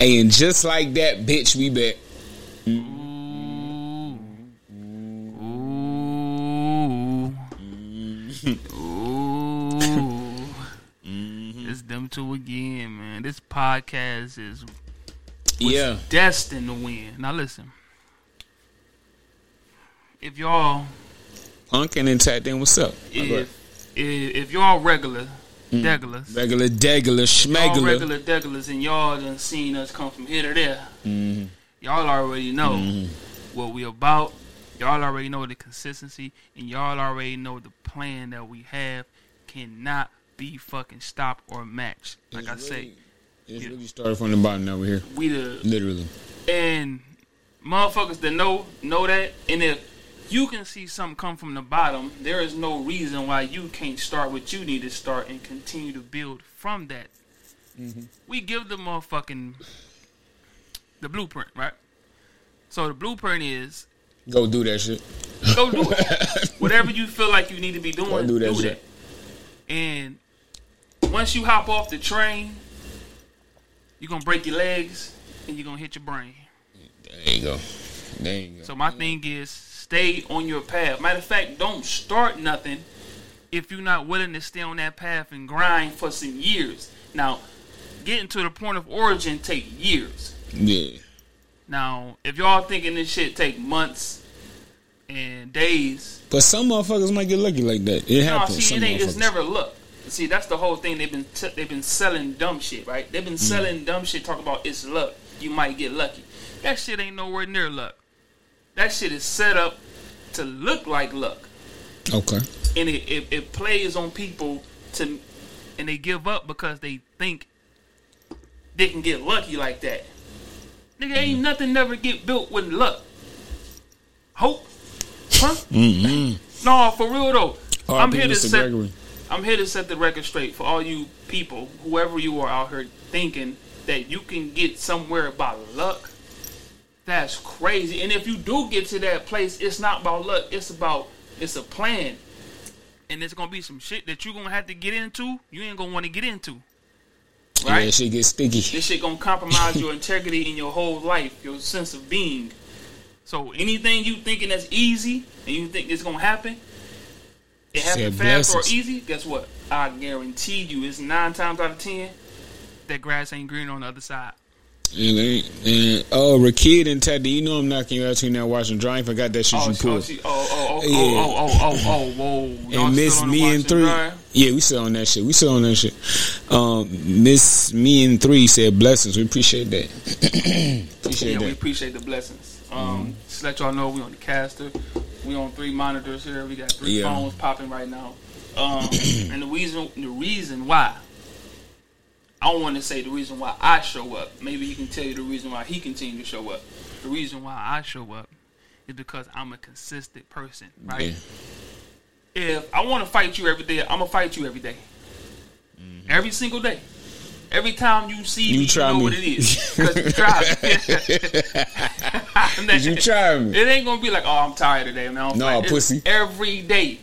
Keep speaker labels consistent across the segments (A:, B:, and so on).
A: And just like that, bitch, we back.
B: Ooh. Ooh. It's them two again, man. This podcast is
A: Yeah.
B: destined to win. Now listen. If y'all
A: Punkin and tapped in. What's up? My bro.
B: if if, if y'all regular regulars,
A: Regular, degular,
B: y'all
A: schmegular.
B: regular regulars, and y'all done seen us come from here to there, y'all already know what we about. Y'all already know the consistency, and y'all already know the plan that we have cannot be fucking stopped or matched. Like
A: It's
B: I say,
A: really- It's really started from the bottom over here.
B: we the
A: Literally.
B: and motherfuckers that know know that, and if you can see something come from the bottom, there is no reason why you can't start what you need to start and continue to build from that.
A: Mm-hmm.
B: We give the motherfucking the blueprint, right? So the blueprint is
A: Go do that shit.
B: go do it. Whatever you feel like you need to be doing,
A: do
B: do
A: that
B: that.
A: shit.
B: And once you hop off the train, you're gonna break your legs and you're gonna hit your brain.
A: There you go. There you go.
B: So my thing is stay on your path. Matter of fact, don't start nothing if you're not willing to stay on that path and grind for some years. Now, getting to the point of origin take years.
A: Yeah.
B: Now, if y'all thinking this shit take months and days,
A: But some motherfuckers might get lucky like that. It
B: no,
A: happens.
B: see,
A: some
B: it ain't, it's
A: motherfuckers.
B: never luck. See, that's the whole thing. They've been t- they've been selling dumb shit, right? They've been
A: Mm-hmm.
B: selling dumb shit. Talk about it's luck. You might get lucky. That shit ain't nowhere near luck. That shit is set up to look like luck.
A: Okay.
B: and it, it, it plays on people to and they give up because they think they can get lucky like that. Nigga, ain't nothing never get built with luck. Hope, huh? no, for real though. I'm
A: R.I.P.
B: here to
A: Mr.
B: set.
A: Gregory.
B: I'm here to set the record straight for all you people, whoever you are out here thinking that you can get somewhere by luck. That's crazy. And if you do get to that place, it's not about luck. It's about it's a plan. And it's gonna be some shit that you're gonna have to get into. You ain't gonna want to get into. Right?
A: Yeah, shit gets sticky.
B: This shit gonna compromise your integrity in your whole life, your sense of being. So anything you thinking that's easy and you think it's gonna happen, it happen
A: Said
B: fast
A: blessings.
B: or easy. Guess what? I guarantee you, it's nine times out of ten that grass ain't green on the other side.
A: And, ain't- and oh, Rakid and Teddy, you know I'm knocking you out to now watching dry. I ain't forgot that shit
B: Oh,
A: you
B: she, oh,
A: pulled.
B: she, oh, oh, oh,
A: Yeah.
B: oh, oh, oh, oh, whoa! Y'all
A: and Miss
B: still on the
A: Me
B: watch
A: and Three.
B: dry?
A: Yeah, we still on that shit. We still on that shit. Um, Miss Me and Three said blessings. We appreciate that. appreciate
B: Yeah, we
A: that. Mm-hmm.
B: appreciate the blessings. Um, Just let y'all know we on the caster. We on three monitors here. We got three
A: Yeah.
B: phones popping right now. Um, and the reason the reason why I want to say the reason why I show up. Maybe he can tell you the reason why he continued to show up. The reason why I show up is because I'm a consistent person, right?
A: Yeah.
B: If I want to fight you every day, I'm gonna fight you every day. every single day. Every time you see
A: You
B: me,
A: try
B: you know
A: me.
B: what it is. 'Cause you try. me.
A: You tried me.
B: It ain't gonna be like, oh, I'm tired today, man. I'm
A: No,
B: fine. It's
A: pussy.
B: Every day.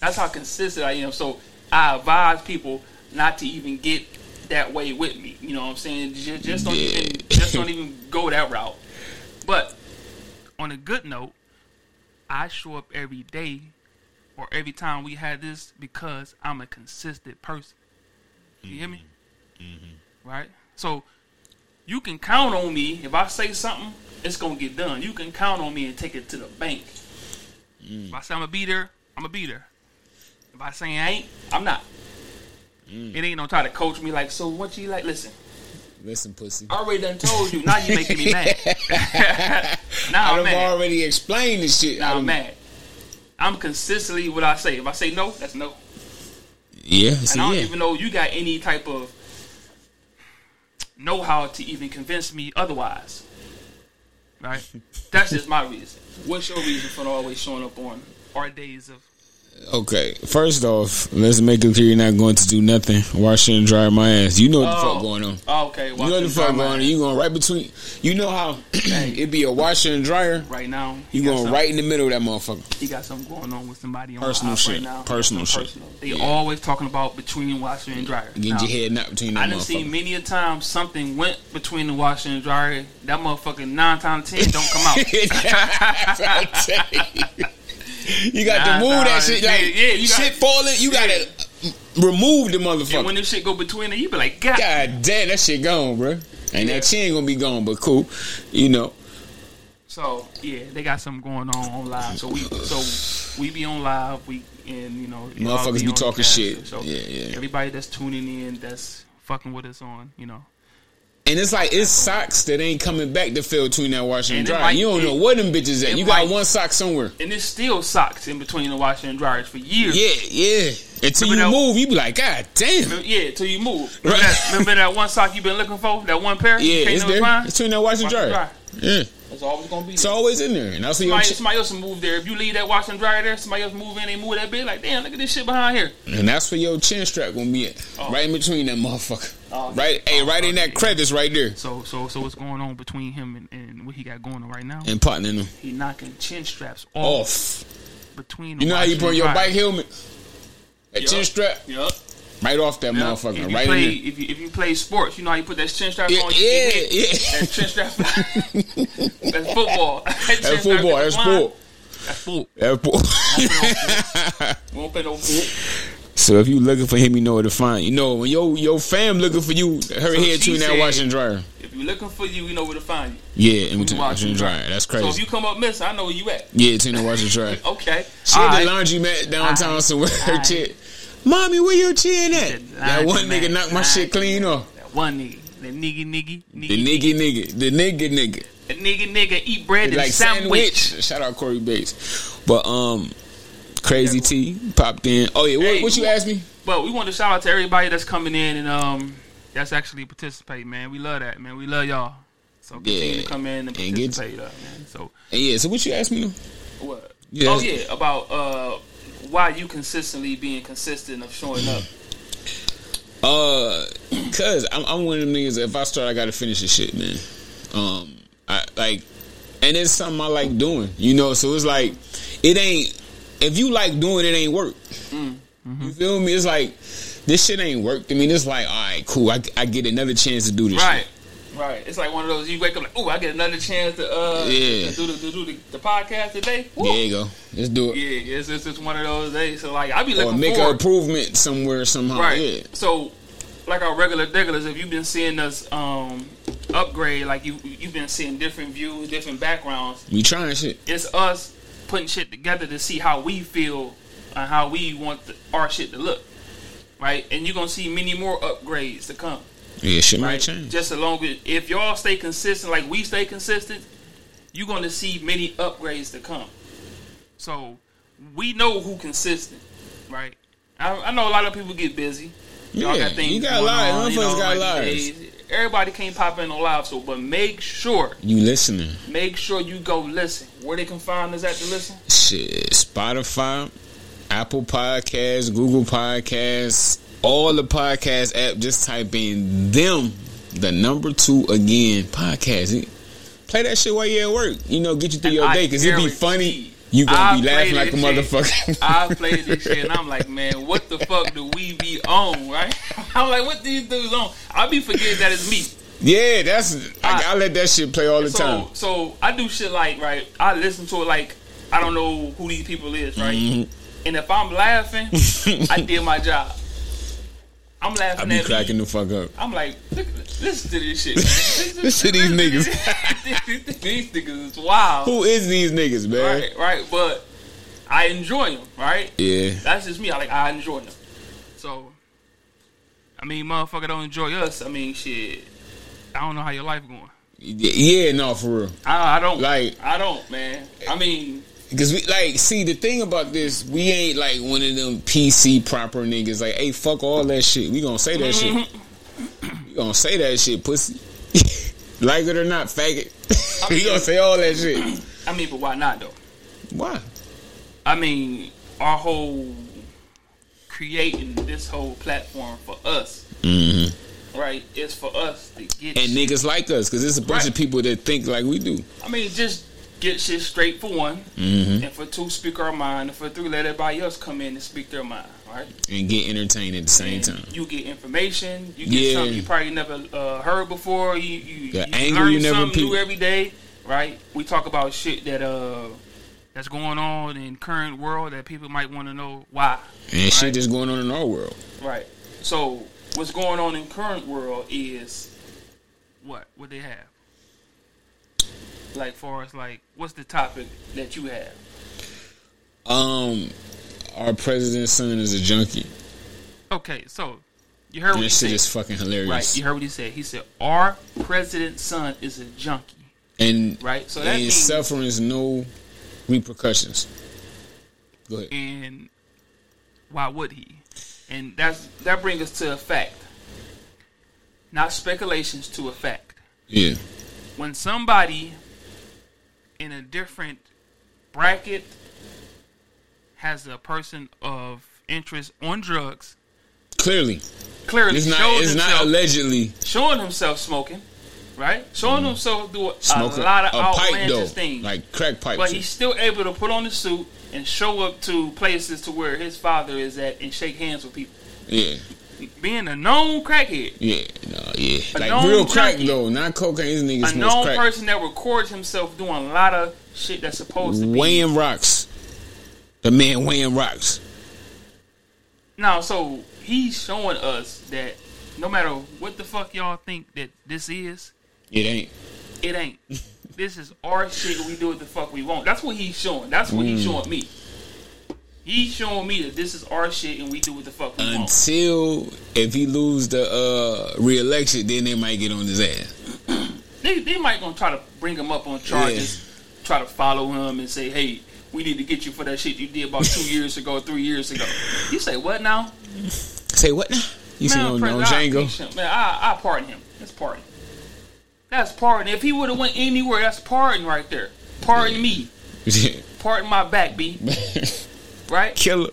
B: That's how consistent I am. So I advise people not to even get that way with me. You know what I'm saying? Just, just don't
A: Yeah.
B: even just don't even go that route. But on a good note, I show up every day or every time we had this because I'm a consistent person. You hear me? Right? So you can count on me. If I say something, it's gonna get done. You can count on me and take it to the bank. If I say I'm gonna be there, I'm gonna be there. If I say I ain't, I'm not.
A: Mm.
B: It ain't no try to coach me like, so what you like? Listen,
A: Listen, pussy.
B: I already done told you. Now you making me mad. now I'm
A: I've
B: mad.
A: already explained this shit.
B: Now
A: I'd've-
B: I'm mad. I'm consistently what I say. If I say no, that's no.
A: Yeah,
B: And
A: see,
B: I don't
A: yeah.
B: even know you got any type of know how to even convince me otherwise. Right? That's just my reason. What's your reason for not always showing up on our days of
A: Okay, first off, let's make it clear you're not going to do nothing. Wash and dry my ass. You know what the fuck going on.
B: Oh, okay.
A: You know what the fuck going on. You going right between. You know how it be a washer and dryer.
B: Right now,
A: You
B: he got
A: going
B: some-
A: right in the middle of that motherfucker.
B: He got something going on with somebody on
A: Personal
B: my house
A: shit.
B: Right now.
A: Personal
B: Something
A: shit.
B: They
A: Yeah.
B: always talking about between washer and dryer.
A: Getting
B: Now,
A: your head knocked between
B: I
A: that
B: done seen
A: motherfucker.
B: many a time something went between the washer and dryer. That motherfucker nine times ten don't come out.
A: I'm telling you. You got
B: Nah,
A: to move
B: nah,
A: that shit.
B: yeah,
A: Like,
B: yeah, you
A: shit
B: gotta-
A: falling. You got to remove the motherfucker.
B: and when this shit go between it, you be like, God,
A: God damn, that shit gone, bro. And
B: Yeah.
A: that chin gonna be gone, but cool. You know,
B: So yeah, they got something going on on live. So we so we be on live. We and you know y'all
A: Motherfuckers be
B: on the
A: talking
B: cast,
A: shit.
B: So
A: Yeah, yeah.
B: Everybody that's tuning in, that's fucking with us on. You know,
A: and it's like it's socks that ain't coming back to fill between that washer and
B: And it
A: dryer.
B: might-
A: you don't
B: it-
A: know where them bitches at.
B: it
A: You got
B: might-
A: one sock somewhere.
B: and it's still socks in between the washer and dryers for years.
A: Yeah, yeah. Until you
B: Remember that-
A: move, you be like, God damn.
B: Remember- Yeah, till you move. Remember,
A: Right.
B: that, remember that one sock you been looking for? That one pair?
A: Yeah,
B: you can't
A: it's
B: never
A: there.
B: find?
A: It's between that washer and
B: Washer and
A: dryer.
B: dryer.
A: Yeah,
B: That's always gonna be.
A: it's
B: there.
A: always in there, and I see your
B: Somebody,
A: chin,
B: somebody else move there. If you leave that washer and dryer there, somebody else move in. They move that bed. Like, damn, look at this shit behind here.
A: and that's where your chin strap gonna be at,
B: Oh.
A: right in between that motherfucker.
B: Oh,
A: right,
B: yeah.
A: hey, right
B: Oh,
A: in that
B: yeah.
A: crevice right there,
B: So, so, so, what's going on between him and, and what he got going on right now?
A: and partnering them
B: He knocking chin straps off
A: off.
B: between.
A: Oh. You know how you put your bike
B: bike?
A: helmet, that
B: Yup.
A: chin strap
B: Yup.
A: right off that
B: yup.
A: motherfucker,
B: If you
A: right in
B: play,
A: there.
B: if you if you play sports, you know how you put that chin strap
A: Yeah,
B: on. You
A: yeah,
B: get hit.
A: yeah.
B: That chin strap. that's football. That chin strap
A: That's football.
B: is
A: That's
B: blind.
A: cool.
B: That's football.
A: That's cool.
B: We don't play no football.
A: So if you looking for him, you know where to find. You know when your your fam looking for you, her
B: So
A: head
B: she
A: to that
B: said-
A: washing dryer.
B: If you're looking for you, we know where to find you.
A: Yeah, in between
B: watch
A: washing
B: and
A: dryer. That's
B: So if
A: crazy.
B: you come up missing, I know where you at.
A: yeah, it's in the washing dryer.
B: Okay.
A: She
B: All
A: at
B: right.
A: the laundry mat downtown
B: Aight.
A: somewhere. Her
B: Aight.
A: shit. Mommy, where your chin at?
B: The
A: That one
B: laundry
A: nigga
B: mat.
A: knocked my shit
B: Aight.
A: clean off.
B: That one nigga. That nigga, nigga,
A: The
B: nigga,
A: nigga, nigga, the nigga, nigga.
B: that nigga, nigga, eat bread and
A: like sandwich.
B: sandwich.
A: Shout out Corey Bates. But um, Crazy T popped in. Oh yeah, what,
B: Hey,
A: what you
B: who-
A: asked me?
B: But we want to shout out to everybody that's coming in and um that's actually participating, man. We love that, man. We love y'all. So continue
A: Yeah.
B: to come in and
A: And get-
B: participate, uh, man. So
A: And yeah, so what you asked me? though?
B: what?
A: Yeah.
B: Oh yeah, about uh why you consistently being consistent of showing up.
A: Uh, cause I'm, I'm one of them niggas. If I start, I gotta finish this shit, man. Um, I like, and it's something I like doing, you know. So it's like, it ain't. If you like doing it, ain't work.
B: Mm-hmm.
A: You feel me? It's like this shit ain't work. I mean, it's like, all right, cool. I, I get another chance to do this.
B: Right. Right. It's like one of those you wake up like, oh, I get another chance to uh
A: Yeah.
B: to do the to do the, the podcast today.
A: Shit.
B: Woo.
A: There you go. Let's do it.
B: Yeah, it's, it's just one of those days. So like I be
A: or
B: looking
A: make an
B: forward.
A: improvement somewhere somehow.
B: Right.
A: Yeah.
B: So, like our regular regulars, if you've been seeing us um, upgrade, like you you've been seeing different views, different backgrounds.
A: We trying shit.
B: It's us putting shit together to see how we feel and how we want the, our shit to look, right? And you're gonna see many more upgrades to come,
A: Yeah, shit might
B: right?
A: change.
B: Just along with if y'all stay consistent, like we stay consistent, you're gonna see many upgrades to come. So we know who consistent, right? I, I know a lot of people get busy. Y'all
A: Yeah,
B: got things.
A: you got
B: going
A: lives.
B: on,
A: Motherfuckers
B: know,
A: got
B: like,
A: lives.
B: they- Everybody can't pop in on live, so but make sure,
A: You listening?
B: make sure you go listen. Where they can find us at to listen.
A: Shit, Spotify, Apple Podcasts, Google Podcasts, all the podcast app. Just type in them, the number two again podcast. It- Play that shit while you at work. You know, get you through
B: And
A: your
B: I
A: day because it be
B: guarantee
A: funny. You gonna
B: I
A: be laughing
B: played
A: like a
B: this shit.
A: motherfucker.
B: I played this shit and I'm like, man, what the fuck do we be on, right? I'm like, what these dudes on? I be forgetting that it's me.
A: yeah, that's I, I,
B: I-
A: let that shit play all the time.
B: So, so I do shit like right. I listen to it like I don't know who these people is, right?
A: Mm-hmm.
B: And if I'm laughing, I did my job. I'm
A: I
B: laughing
A: be
B: at me.
A: cracking the fuck up.
B: I'm like, look, listen to this shit. Listen,
A: Listen to these niggas.
B: niggas. these niggas is wild.
A: Who is these niggas, man?
B: Right, right. But I enjoy them, right?
A: Yeah,
B: That's just me. I like I enjoy them. So, I mean, motherfucker, don't enjoy us. I mean, shit. I don't know how your life going.
A: yeah, no, for real.
B: I, I don't
A: Like-
B: I don't, man. I mean,
A: Because we like see the thing about this, we ain't like one of them PC proper niggas. Like, hey, fuck all that shit. We gonna say that shit. We gonna say that shit, pussy. like it or not, faggot. we gonna say all that shit.
B: I mean, but why not though?
A: Why?
B: I mean, our whole creating this whole platform for us,
A: Mm-hmm.
B: right? It's for us to get.
A: And
B: shit.
A: niggas like us, because there's a bunch
B: Right.
A: of people that think like we do.
B: I mean, just get shit straight for one,
A: Mm-hmm.
B: and for two, speak our mind, and for three, let everybody else come in and speak their mind, right?
A: And get entertained at the same
B: And
A: time.
B: You get information. You get
A: Yeah.
B: something you probably never uh, heard before. You you,
A: The
B: you
A: angle
B: learn
A: you never
B: something new
A: peep-
B: every day, right? We talk about shit that uh that's going on in current world that people might want to know why,
A: And shit
B: Right.
A: that's going on in our world.
B: right? So what's going on in current world is what what they have. Like far as like what's the topic that you have?
A: Um, our president's son is a junkie.
B: Okay, so you heard
A: And
B: what you
A: that shit
B: said.
A: is fucking
B: Right,
A: hilarious.
B: you heard what he said. He said our president's son is a junkie.
A: And
B: Right, so that
A: and
B: means-
A: suffering is no repercussions. Go ahead.
B: and why would he? And that's that brings us to a fact, not speculations to a fact.
A: Yeah.
B: When somebody in a different bracket has a person of interest on drugs,
A: Clearly,
B: clearly
A: it's not.
B: showing
A: It's
B: himself,
A: not allegedly.
B: showing himself smoking, right? Showing himself do a,
A: Smoke
B: a lot of
A: Mm-hmm. pipe
B: outlandish
A: though,
B: things.
A: like crack pipe.
B: But
A: shit.
B: he's still able to put on the suit and show up to places to where his father is at and shake hands with people.
A: yeah,
B: Being a known crackhead,
A: yeah, no, yeah.
B: A
A: Like
B: known
A: real crack
B: junkie.
A: though, not cocaine. These niggas
B: a
A: smokes
B: known
A: crack.
B: person that records himself doing a lot of shit that's supposed to be.
A: Weighing rocks. The man weighing rocks.
B: Now, so he's showing us that no matter what the fuck y'all think that this is,
A: It ain't.
B: it ain't. this is our shit. We do what the fuck we want. That's what he's showing. That's what he's showing me. He's showing me that this is our shit and we do what the fuck we want.
A: Until if he lose the uh re-election, then they might get on his ass.
B: They, they might gonna try to bring him up on charges, try to follow him and say, hey, we need to get you for that shit you did about two years ago, three years ago. You say what now?
A: Say what now? You say no, no Django.
B: I, man, I, I pardon him. That's pardon. That's pardon. If he would have went anywhere, that's pardon right there. Pardon me. Pardon my back, B. Right?
A: Killer.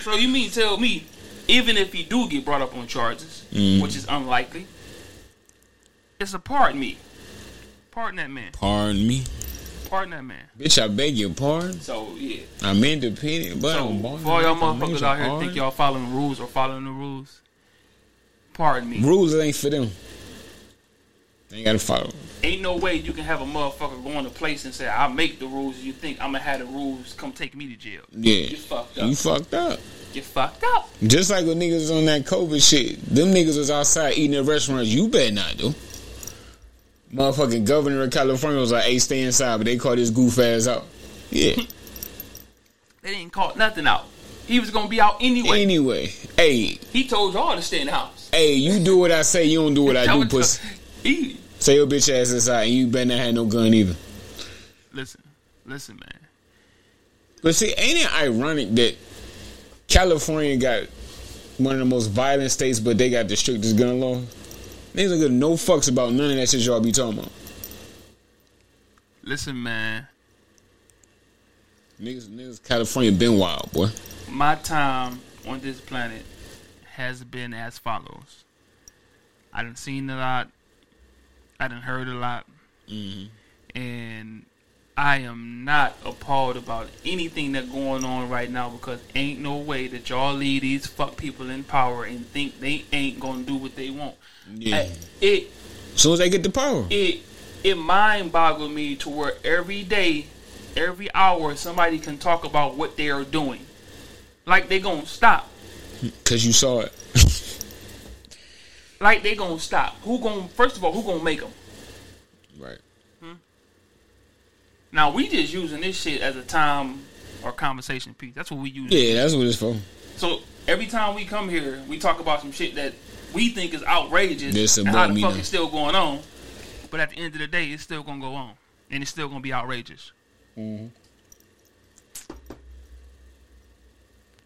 B: So you mean tell me, even if he do get brought up on charges,
A: Mm.
B: which is unlikely, it's a pardon me. Pardon that man.
A: Pardon me.
B: Pardon that man.
A: Bitch, I beg your pardon.
B: So yeah.
A: I'm independent, but
B: So
A: I'm born.
B: for all y'all
A: I'm
B: motherfuckers out here think y'all following rules or following the rules, pardon me.
A: Rules ain't for them. They ain't gotta follow.
B: Ain't no way you can have a motherfucker go in a place and say, I make the rules, you think I'm gonna have the rules, come take me to jail.
A: Yeah.
B: You fucked up.
A: You fucked up.
B: You fucked up.
A: Just like when niggas was on that COVID shit, them niggas was outside eating at restaurants. You better not do. Motherfucking governor of California was like, "Hey, stay inside," but they call this goof ass out. Yeah.
B: They didn't call nothing out. He was gonna be out anyway.
A: anyway, hey,
B: He told y'all to stay in the house.
A: hey, you do what I say, you don't do what I do,
B: Told y'all-
A: pussy.
B: He
A: Say your bitch ass inside, and you better not have no gun either.
B: listen, listen, man.
A: But see, ain't it ironic that California got one of the most violent states, but they got the strictest gun law? Niggas don't give no fucks about none of that shit y'all be talking about.
B: Listen, man.
A: Niggas, niggas, California been wild, boy.
B: My time on this planet has been as follows. I done seen a lot. I done heard a lot. And I am not appalled about anything that going on right now because ain't no way that y'all leave these fuck people in power and think they ain't gonna do what they want.
A: Yeah.
B: I- It
A: As soon as they get the power,
B: it it mind boggled me to where every day, every hour, somebody can talk about what they are doing. Like they gonna stop.
A: cause you saw it.
B: Like they gonna stop. Who gonna first of all, who gonna make them?
A: Right.
B: Now we just using this shit as a time or conversation piece. That's what we use.
A: Yeah, that's what it's for.
B: So every time we come here, we talk about some shit that we think is outrageous
A: This
B: and how
A: above
B: the
A: me
B: fuck
A: now.
B: it's still going on. But at the end of the day, it's still gonna go on, and it's still gonna be outrageous.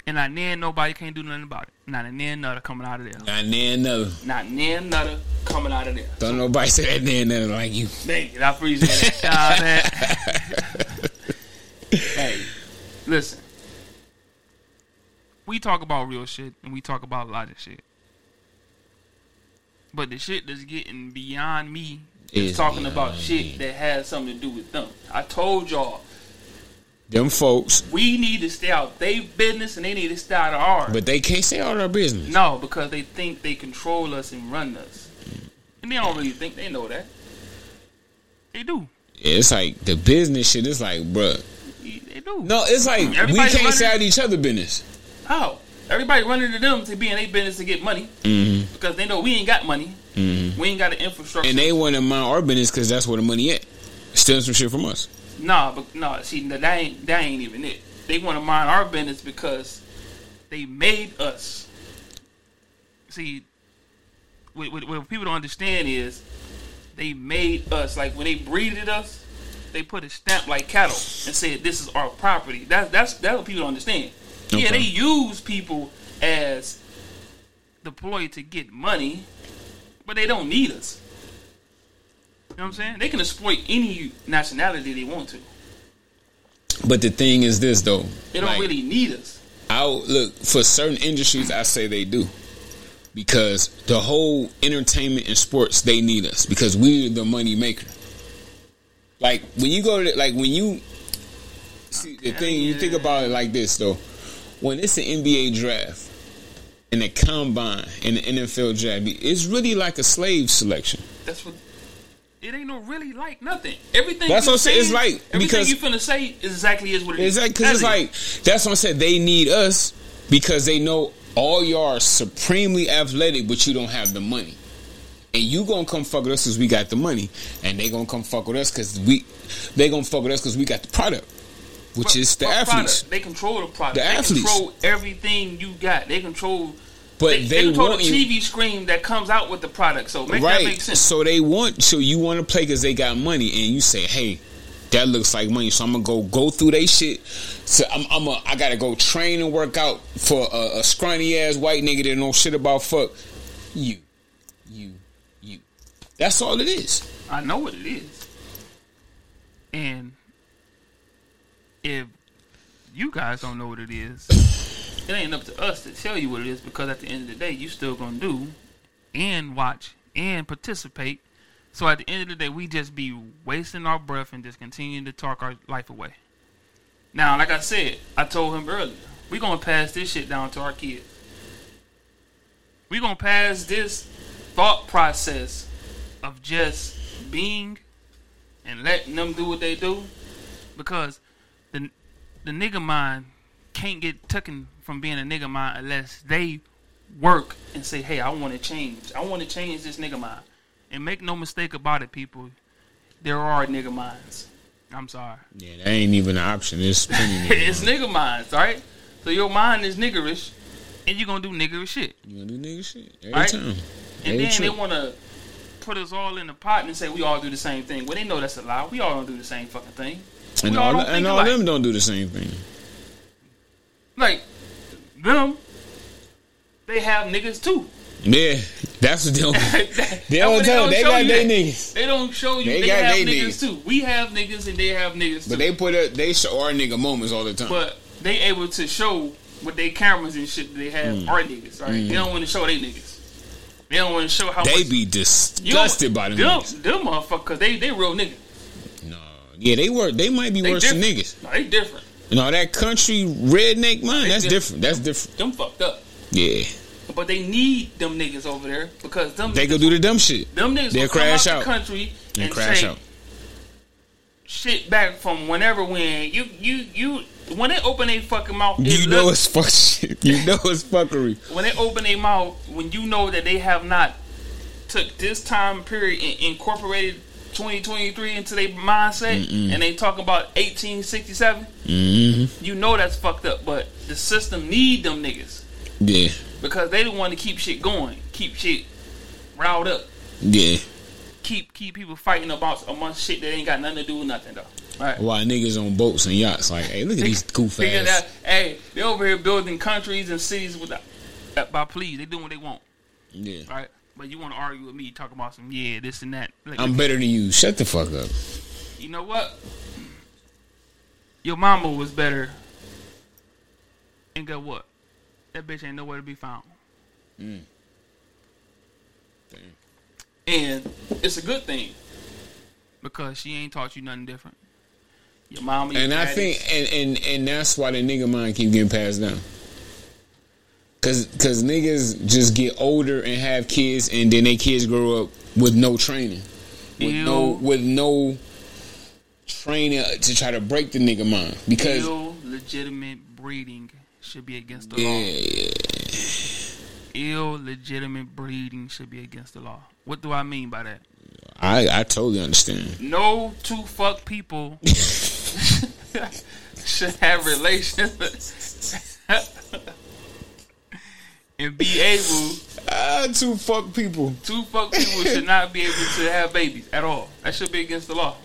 B: And not near nobody can't do nothing about it. Not a near nutter coming out of there.
A: Not near another.
B: Not near nutter coming out of there.
A: Don't nobody say that near another like you.
B: Thank you. I appreciate it. Nah, man. hey, listen. we talk about real shit and we talk about a lot of shit. But the shit that's getting beyond me is
A: Is
B: talking about
A: beyond
B: shit
A: me.
B: that has something to do with them. I told y'all
A: Them folks,
B: we need to stay out they business and they need to stay out of ours.
A: but they can't say all their business.
B: no, because they think they control us and run us, and they don't really think they know that. They do.
A: It's like the business shit. It's like, bruh.
B: They do.
A: No, it's like
B: Everybody
A: we can't
B: running-
A: say out each other business.
B: How? Oh, Everybody running to them to be in their business to get money
A: Mm-hmm.
B: because they know we ain't got money. We ain't got the infrastructure.
A: And they want to mind our business because that's where the money at. Stealing some shit from us.
B: Nah, but nah, see, nah, that ain't that ain't even it. They want to mind our business because they made us. See, what, what, what people don't understand is they made us. Like when they breeded us, they put a stamp like cattle and said this is our property. That's that's that's what people don't understand. Yeah,
A: Okay.
B: they use people as deployed to get money, but they don't need us. You know what I'm saying? They can exploit any nationality they want to.
A: But the thing is this though.
B: They don't
A: like,
B: really need us.
A: I look for certain industries. I say they do because the whole entertainment and sports they need us because we're the money maker. Like when you go to like when you see the thing, you think about it like this though. When it's an NBA draft and a combine and the NFL draft, it's really like a slave selection.
B: That's what. It ain't no really like nothing. Everything.
A: That's
B: you
A: what I'm saying. It's
B: saying-
A: like,
B: everything
A: because-
B: you finna say is exactly is what it is.
A: Exactly, because it's
B: That is.
A: like that's what I said. They need us because they know all y'all are supremely athletic, but you don't have the money, and you gonna come fuck with us because we got the money, and they gonna come fuck with us because we they gonna fuck with us because we got the product, which
B: Pro-
A: is the
B: pro-
A: athletes.
B: Product. They control the product.
A: The
B: they
A: athletes.
B: control everything you got. They control.
A: But
B: they, they
A: they
B: control
A: want
B: the
A: you-
B: TV screen that comes out with the product. So make that
A: Right,
B: make sense.
A: so they want so you want to play because they got money, and you say, "Hey, that looks like money." So I'm gonna go go through they shit. So I'm, I'm a, I gotta go train and work out for a, a scrawny ass white nigga that know shit about fuck you, you, you. That's all it is.
B: I know what it is. And if you guys don't know what it is, it ain't up to us to tell you what it is because at the end of the day, you still gonna do and watch and participate. So at the end of the day, we just be wasting our breath and just continuing to talk our life away. Now, like I said, I told him earlier, we gonna pass this shit down to our kids. We gonna pass this thought process of just being and letting them do what they do because the the nigga mind can't get taken from being a nigga mind unless they work and say, "Hey, I want to change. I want to change this nigga mind." And make no mistake about it, people. There are nigga minds. I'm sorry.
A: Yeah, that ain't even an option. It's plenty.
B: it's nigga minds, all right? So your mind is niggerish, and you're gonna do niggerish shit.
A: you gonna do nigga shit every
B: Right.
A: time.
B: And
A: Every
B: then they
A: trip.
B: want to put us all in a pot and say we all do the same thing. Well, they know that's a lie. We all don't do the same fucking thing.
A: and
B: we all
A: all,
B: don't
A: and
B: think
A: all
B: alike.
A: them don't do the same thing.
B: Like them, they have niggas too.
A: Yeah, that's what they don't. they
B: That's
A: don't
B: what
A: tell. They
B: show
A: got
B: you
A: they
B: that.
A: niggas.
B: They don't show you
A: They
B: they,
A: got
B: have
A: they
B: niggas
A: niggas.
B: too. We have niggas and they have niggas
A: But
B: too. But they,
A: they put up. They show our nigga moments all the time.
B: able to show with their cameras and shit that they have
A: Mm.
B: our niggas. Right? They don't want to show they niggas. They don't want to show how
A: They
B: much
A: be
B: You don't-
A: disgusted by them.
B: Them,
A: niggas.
B: them motherfuckers, they they real niggas.
A: No, yeah, they were. They might be
B: They
A: worse than
B: different.
A: niggas.
B: No, they different.
A: No, that country redneck mind. That's different.
B: different.
A: That's different.
B: Them fucked up.
A: Yeah,
B: But they need them niggas over there because them
A: they go do the dumb shit.
B: them niggas
A: They'll
B: will
A: crash
B: come out,
A: out.
B: the country
A: and
B: and
A: crash
B: take
A: out.
B: shit back from whenever when you you you when they open their fucking mouth. it
A: You know
B: look-
A: it's fuck shit. You know it's fuckery.
B: when they open their mouth when you know that they have not took this time period and incorporated 2023 into their mindset and they talk about 1867
A: Mm-hmm.
B: you know that's fucked up but the system need them niggas
A: Yeah,
B: because they the one to keep shit going keep shit riled up
A: yeah.
B: keep keep people fighting about amongst shit that ain't got nothing to do with nothing though right
A: Why niggas on boats and yachts? Like, hey, look at these goof
B: Figure
A: ass.
B: that- hey they over here building countries and cities without by please they doing what they want
A: Yeah,
B: right? But you want to argue with me, talking about some yeah, this and that. Like,
A: I'm better than you. Shut the fuck up.
B: you know what? Your mama was better, and got what? That bitch ain't nowhere to be found.
A: Mm. Damn.
B: And it's a good thing because she ain't taught you nothing different. Your mama your
A: And I
B: daddy-
A: think and, and and that's why the nigga mind keep getting passed down. Cause cause niggas just get older and have kids and then their kids grow up with no training. With no
B: Ew.
A: with no training to try to break the nigga mind. Because
B: ill legitimate breeding should be against the law.
A: yeah,
B: Ill legitimate breeding should be against the law. What do I mean by that?
A: I, I totally understand.
B: No two fuck people should have relations and be able
A: Ah, two fuck people.
B: two fuck people should not be able to have babies at all. That should be against the law.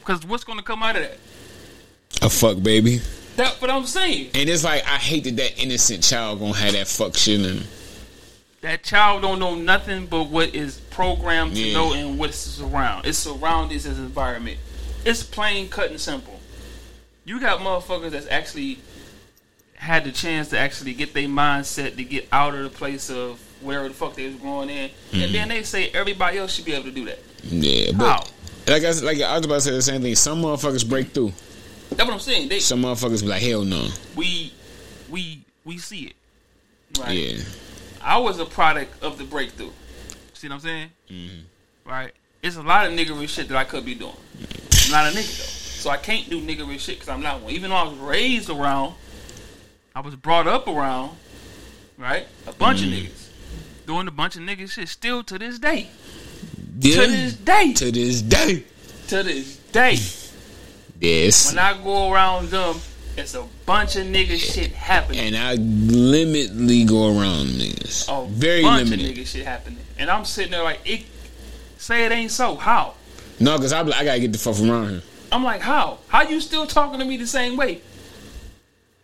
B: Because what's going to come out of that?
A: A fuck baby.
B: That's what I'm saying.
A: And it's like I hate that that innocent child gonna have that fuck shit in him.
B: That child don't know nothing but what is programmed to
A: Yeah.
B: know and what's around. It's surround is his environment. It's plain, cut, and simple. You got motherfuckers that's actually had the chance to actually get their mindset to get out of the place of wherever the fuck they was growing in, and then they say everybody else should be able to do that.
A: Yeah,
B: How?
A: Mm-hmm. but like I s- like I was about to say the same thing. Some motherfuckers break through.
B: That's what I'm saying. They,
A: Some motherfuckers be like, hell no.
B: we we we see it. Right?
A: Yeah.
B: I was a product of the breakthrough. See what I'm saying?
A: Mm-hmm.
B: Right. It's a lot of niggerish shit that I could be doing. I'm not a nigga though, so I can't do niggerish shit because I'm not one. Even though I was raised around, I was brought up around, right? A bunch of
A: Mm-hmm.
B: niggas doing a bunch of niggas shit. Still to this day,
A: yeah.
B: to this day,
A: To this day.
B: to this day.
A: Yes.
B: When I go around them, it's a bunch of nigga shit happening.
A: and I limitly go around niggas.
B: Oh,
A: Very
B: bunch
A: limited.
B: of nigga shit happening, and I'm sitting there like, it, say it ain't so. How?
A: No, because I'm like, I gotta get the fuck from around here.
B: I'm like, how? How you still talking to me the same way?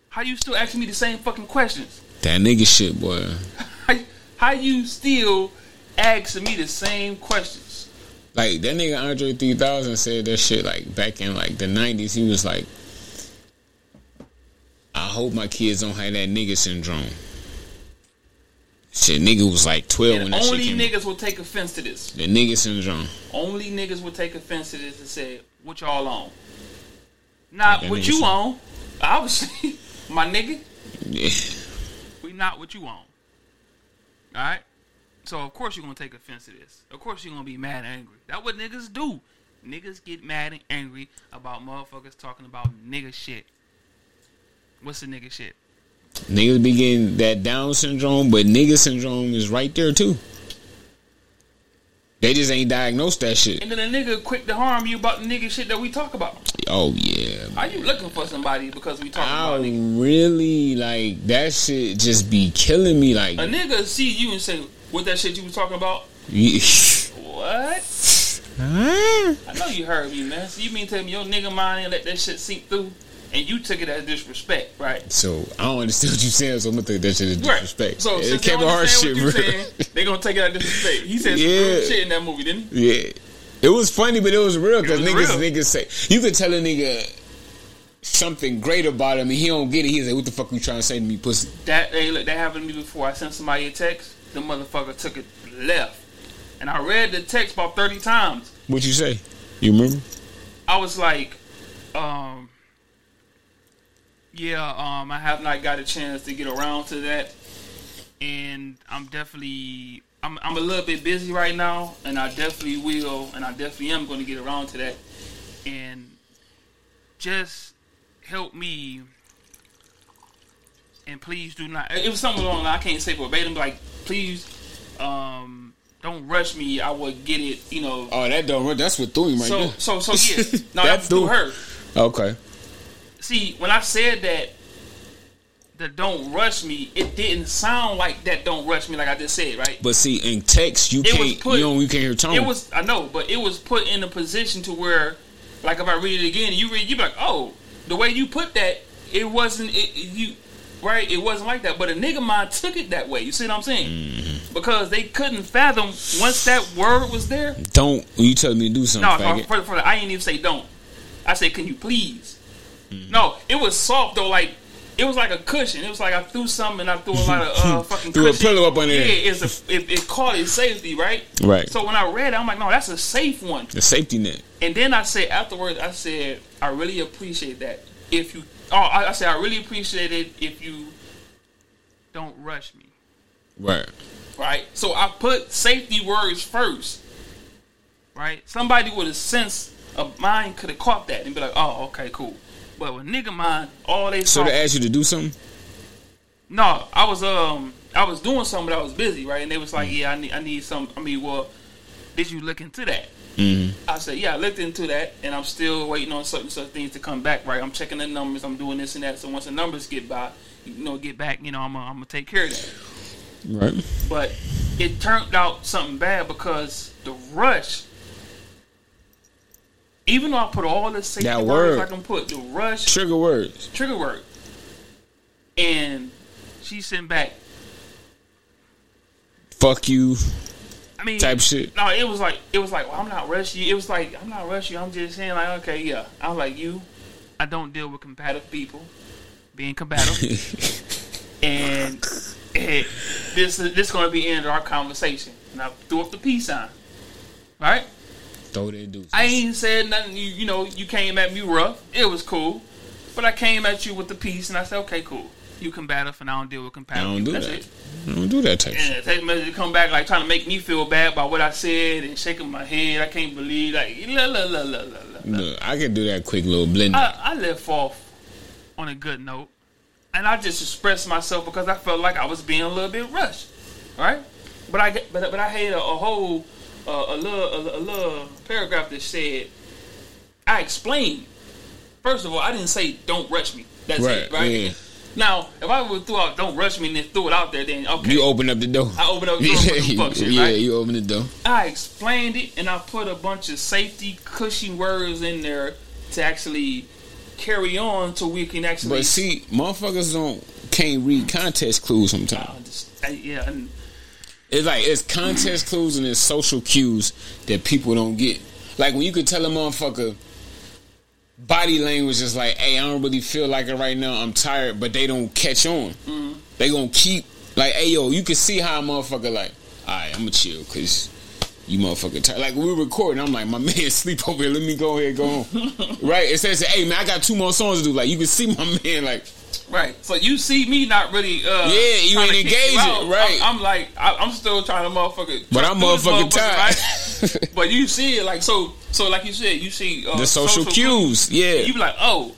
B: How you still asking me the same fucking questions?
A: That nigga shit, boy.
B: How, how you still asking me the same questions?
A: Like that nigga Andre 3000 said that shit like back in like the 90s. He was like, I hope my kids don't have that nigga syndrome. Shit, nigga was like 12 when
B: And
A: that shit
B: only
A: came. out.
B: niggas will take offense to this.
A: The nigga syndrome.
B: Only niggas will take offense to this and say, "What y'all on?" Not
A: That
B: what
A: nigga
B: you
A: said-
B: on. Obviously, my nigga.
A: Yeah.
B: We not what you want. All right. So of course you're gonna take offense to this. Of course you're gonna be mad and angry. That what niggas do. Niggas get mad and angry about motherfuckers talking about nigga shit. What's the nigga shit?
A: Niggas be getting that Down syndrome, but nigga syndrome is right there too. They just ain't diagnosed that shit.
B: And then a nigga quick to harm you about the nigga shit that we talk about.
A: Oh yeah.
B: Are you looking for somebody because we talking
A: I
B: about nigga?
A: really like that shit just be killing me like
B: A nigga see you and say, "What that shit you was talking about?" What? I know you heard me, man. So you mean tell me your nigga mind and let that shit sink through, and you took it as disrespect, right?
A: So I don't understand what you saying, so I'm gonna take that shit as
B: Right.
A: disrespect.
B: So
A: it
B: since
A: came
B: they don't
A: hard shit,
B: understand
A: bro.
B: what you saying, they gonna take it out of disrespect. He said some
A: Yeah.
B: real shit in that movie, didn't he?
A: Yeah. It was funny, but it was real because
B: was
A: niggas
B: real.
A: niggas say you could tell a nigga something great about him and he don't get it. He's like, "What the fuck you trying to say to me, pussy?"
B: That hey, look, that happened to me before. I sent somebody a text. The motherfucker took it left, and I read the text about thirty times.
A: What you say? You remember?
B: I was like, um, yeah, um, I have not got a chance to get around to that, and I'm definitely, I'm, I'm a little bit busy right now, and I definitely will, and I definitely am going to get around to that, and just help me, and please do not. It was something along I can't say verbatim, but like please, um, don't rush me. I will get it, you know.
A: Oh, that don't. run- That's what threw him right
B: So,
A: there.
B: so, so, yeah. No,
A: That
B: that's through
A: threw-
B: her.
A: Okay.
B: See, when I said that, the don't rush me, it didn't sound like that don't rush me, like I just said, right?
A: But see, in text, you
B: was
A: can't.
B: put-
A: you don't. You can't hear tone.
B: It was, I know, but it was put in a position to where, like, if I read it again, you read, you be like, oh, the way you put that, it wasn't, it, it- you, right? It wasn't like that. But a nigga mind took it that way. You see what I'm saying?
A: Mm-hmm.
B: Because they couldn't fathom once that word was there.
A: don't. when You tell me to do something.
B: No,
A: faggot.
B: for, for, for,
A: Mm-hmm.
B: I didn't even say don't. I said, can you please? No, it was soft though. Like It was like a cushion. It was like I threw something and I threw a lot of uh, fucking
A: Threw a
B: cushion.
A: pillow up on there.
B: Yeah, it's a, it, it caught it safety, right?
A: Right.
B: So when I read it, I'm like, no, that's a safe one.
A: The safety net.
B: And then I said afterwards, I said, I really appreciate that. If you, oh, I, I said, I really appreciate it if you don't rush me,
A: Right.
B: right? So I put safety words first, right? Somebody with a sense of mind could have caught that and be like, oh, okay, cool. But with nigga mind, all they
A: So
B: saw,
A: they asked you to do something?
B: no, I was um, I was doing something, but I was busy, right? And they was like, yeah, I need, I need some. I mean, well, did you look into that?
A: Mm-hmm.
B: I said, yeah, I looked into that, and I'm still waiting on certain certain things to come back. Right, I'm checking the numbers, I'm doing this and that. So once the numbers get by, you know, get back, you know, I'm gonna I'm gonna take care of that.
A: Right.
B: But it turned out something bad because the rush. Even though I put all the safety
A: That
B: words
A: word.
B: I can put, the rush
A: Trigger words.
B: trigger word, and she sent back.
A: Fuck you.
B: I mean,
A: Type shit.
B: No, it was like it was like well, I'm not rushing you. It was like I'm not rushing you. I'm just saying like okay, yeah. I was like you. I don't deal with combative people, being combative, and, and this is this is going to be the end of our conversation. And I threw up the peace sign. Right?
A: Throw that dude.
B: I ain't said nothing. You you know you came at me rough. It was cool, but I came at you with the peace, and I said okay, cool. You combative, and I don't deal with
A: I
B: combative.
A: don't do
B: people.
A: that.
B: That's it.
A: I don't do that type shit.
B: And text message come back like trying to make me feel bad about what I said and shaking my head. I can't believe like la la la la la la.
A: Look, I can do that quick little blend.
B: I, I left off on a good note, and I just expressed myself because I felt like I was being a little bit rushed, right? But I get- but but I had a, a whole uh, a little a, a little paragraph that said I explained. First of all, I didn't say don't rush me. That's it,
A: Right,
B: right?
A: yeah.
B: Now, if I would throw out "Don't rush me" and then threw it out there, then okay,
A: you open up the door.
B: I open up the door for some fuck shit,
A: yeah,
B: right?
A: you open the door.
B: I explained it and I put a bunch of safety cushy words in there to actually carry on so we can actually
A: But see, motherfuckers don't can't read context clues sometimes.
B: I understand- yeah, and
A: It's like it's context clues and it's social cues that people don't get. Like when you could tell a motherfucker body language is like, hey, I don't really feel like it right now. I'm tired, but they don't catch on. They gonna keep like, hey, yo, you can see how a motherfucker like, all right, I'm gonna chill because you motherfucker tired. Like we recording, I'm like, my man sleep over here. Let me go ahead, go home. right? It says, hey man, I got two more songs to do. Like you can see my man like.
B: right. So you see me not really. Uh,
A: Yeah, you
B: trying to
A: ain't
B: kick
A: engaging,
B: out.
A: right.
B: I'm, I'm like, I, I'm still trying to motherfucker.
A: But I'm
B: do this
A: motherfucking tired.
B: right? but you see it like so. So like you said, you see uh,
A: The social, cues, yeah,
B: You be like, oh,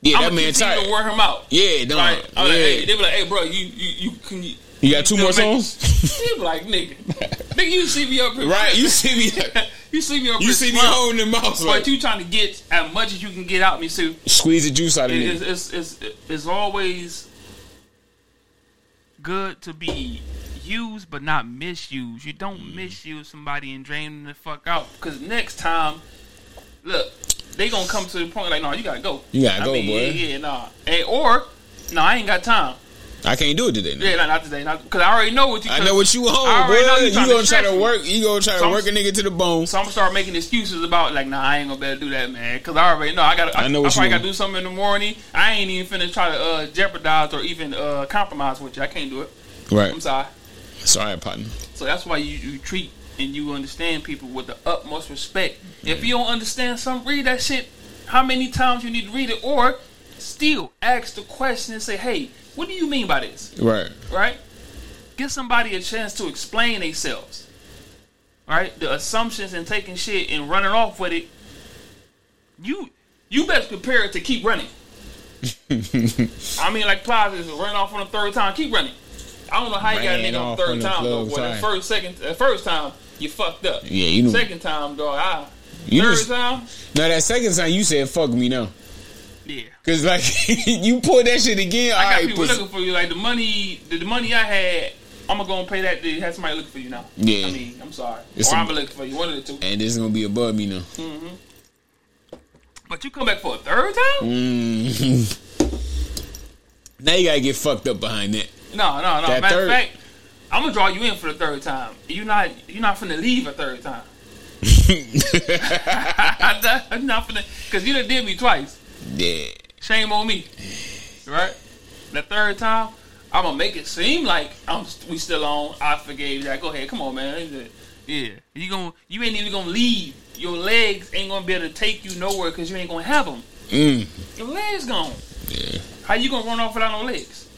A: yeah,
B: I'm
A: that man
B: continue
A: tired.
B: to wear him out.
A: Yeah, no,
B: Right? I'm
A: yeah.
B: like, hey, they be like, hey, bro, you you you can. You,
A: You got two
B: still
A: more
B: make-
A: songs?
B: He be like, nigga, nigga, you see me up here,
A: Right, you see me.
B: you see me up
A: You
B: here
A: see me
B: smile,
A: holding the mouse.
B: but
A: Like,
B: you trying to get as much as you can get out me. So
A: squeeze the juice out of
B: it's,
A: me.
B: it's, it's, it's always good to be used, but not misused. You
A: Mm-hmm.
B: don't misuse somebody and drain them the fuck out. Because next time, look, they gonna come to the point like, no, you gotta go.
A: You gotta
B: I
A: go,
B: mean,
A: boy.
B: Yeah, yeah, nah. Hey, or no, I ain't got time.
A: I can't do it today. Now.
B: Yeah, not, not today. Because I already know what you.
A: I know what you
B: I
A: on, boy.
B: already know you
A: You
B: tryna
A: gonna try
B: stress
A: to
B: me.
A: work. You gonna try to
B: So-
A: work a nigga to the bone.
B: So I'm gonna start making excuses about like, nah, I ain't gonna better do that, man, because I already know I got. to I,
A: I know
B: I
A: what you
B: probably
A: mean.
B: gotta do something in the morning. I ain't even finna try to uh, jeopardize or even uh, compromise with you. I can't do it. I'm
A: Right.
B: sorry.
A: Sorry, partner.
B: So that's why you, you treat and you understand people with the utmost respect. If you don't understand something, read that shit. How many times you need to read it, or still ask the question and say, hey, what do you mean by this?
A: Right.
B: right? Give somebody a chance to explain themselves, right? The assumptions and taking shit and running off with it. You you best prepared to keep running. I mean, like Plaza is running off on the third time. Keep running. I don't know how you got a
A: Ran
B: nigga on
A: off
B: the
A: on
B: third
A: the
B: time though.
A: third
B: Well,
A: time.
B: the first second, the first time you fucked up.
A: Yeah, you know-
B: Second time, dog. I,
A: You
B: third
A: just-
B: time,
A: Now that second time you said "fuck me" now,
B: yeah.
A: cause like you pulled that shit again.
B: I got
A: I
B: people looking for you. Like the money, the, the money I had, I'm gonna go and pay that. To have somebody looking for you now.
A: Yeah.
B: I mean, I'm sorry,
A: It's
B: or
A: a-
B: I'm gonna look for you. One of the two.
A: and this is gonna be above me now.
B: But you come back for a third time?
A: Mm. now you gotta get fucked up behind that.
B: No, no, no.
A: That
B: Matter
A: third-
B: of fact, I'm gonna draw you in for the third time. You're not, you're not finna leave a third time. I'm not finna, cause you done did me twice.
A: yeah.
B: Shame on me, right? the third time, I'm gonna make it seem like I'm we still on. I forgave that. Go ahead, come on, man. Yeah, you gonna you ain't even gonna leave. Your legs ain't gonna be able to take you nowhere because you ain't gonna have them.
A: Mm.
B: Your legs gone.
A: Yeah.
B: How you gonna run off without no legs?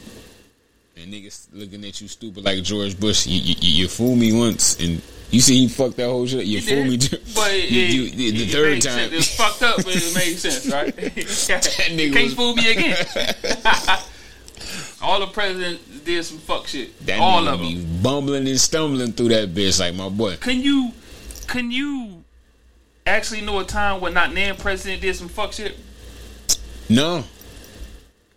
A: And niggas looking at you stupid like George Bush. You, you, you fool me once, and you see he fucked that whole shit. You,
B: He
A: fool
B: did,
A: me,
B: but it,
A: you,
B: it-
A: you- the
B: it
A: third
B: made
A: time.
B: sense. it was fucked up, but it made sense, right?
A: nigga
B: you can't
A: was-
B: fool me again. All the presidents did some fuck shit.
A: That
B: All
A: nigga
B: of them.
A: be bumbling and stumbling through that bitch like my boy.
B: Can you can you actually know a time when not named president did some fuck shit?
A: No,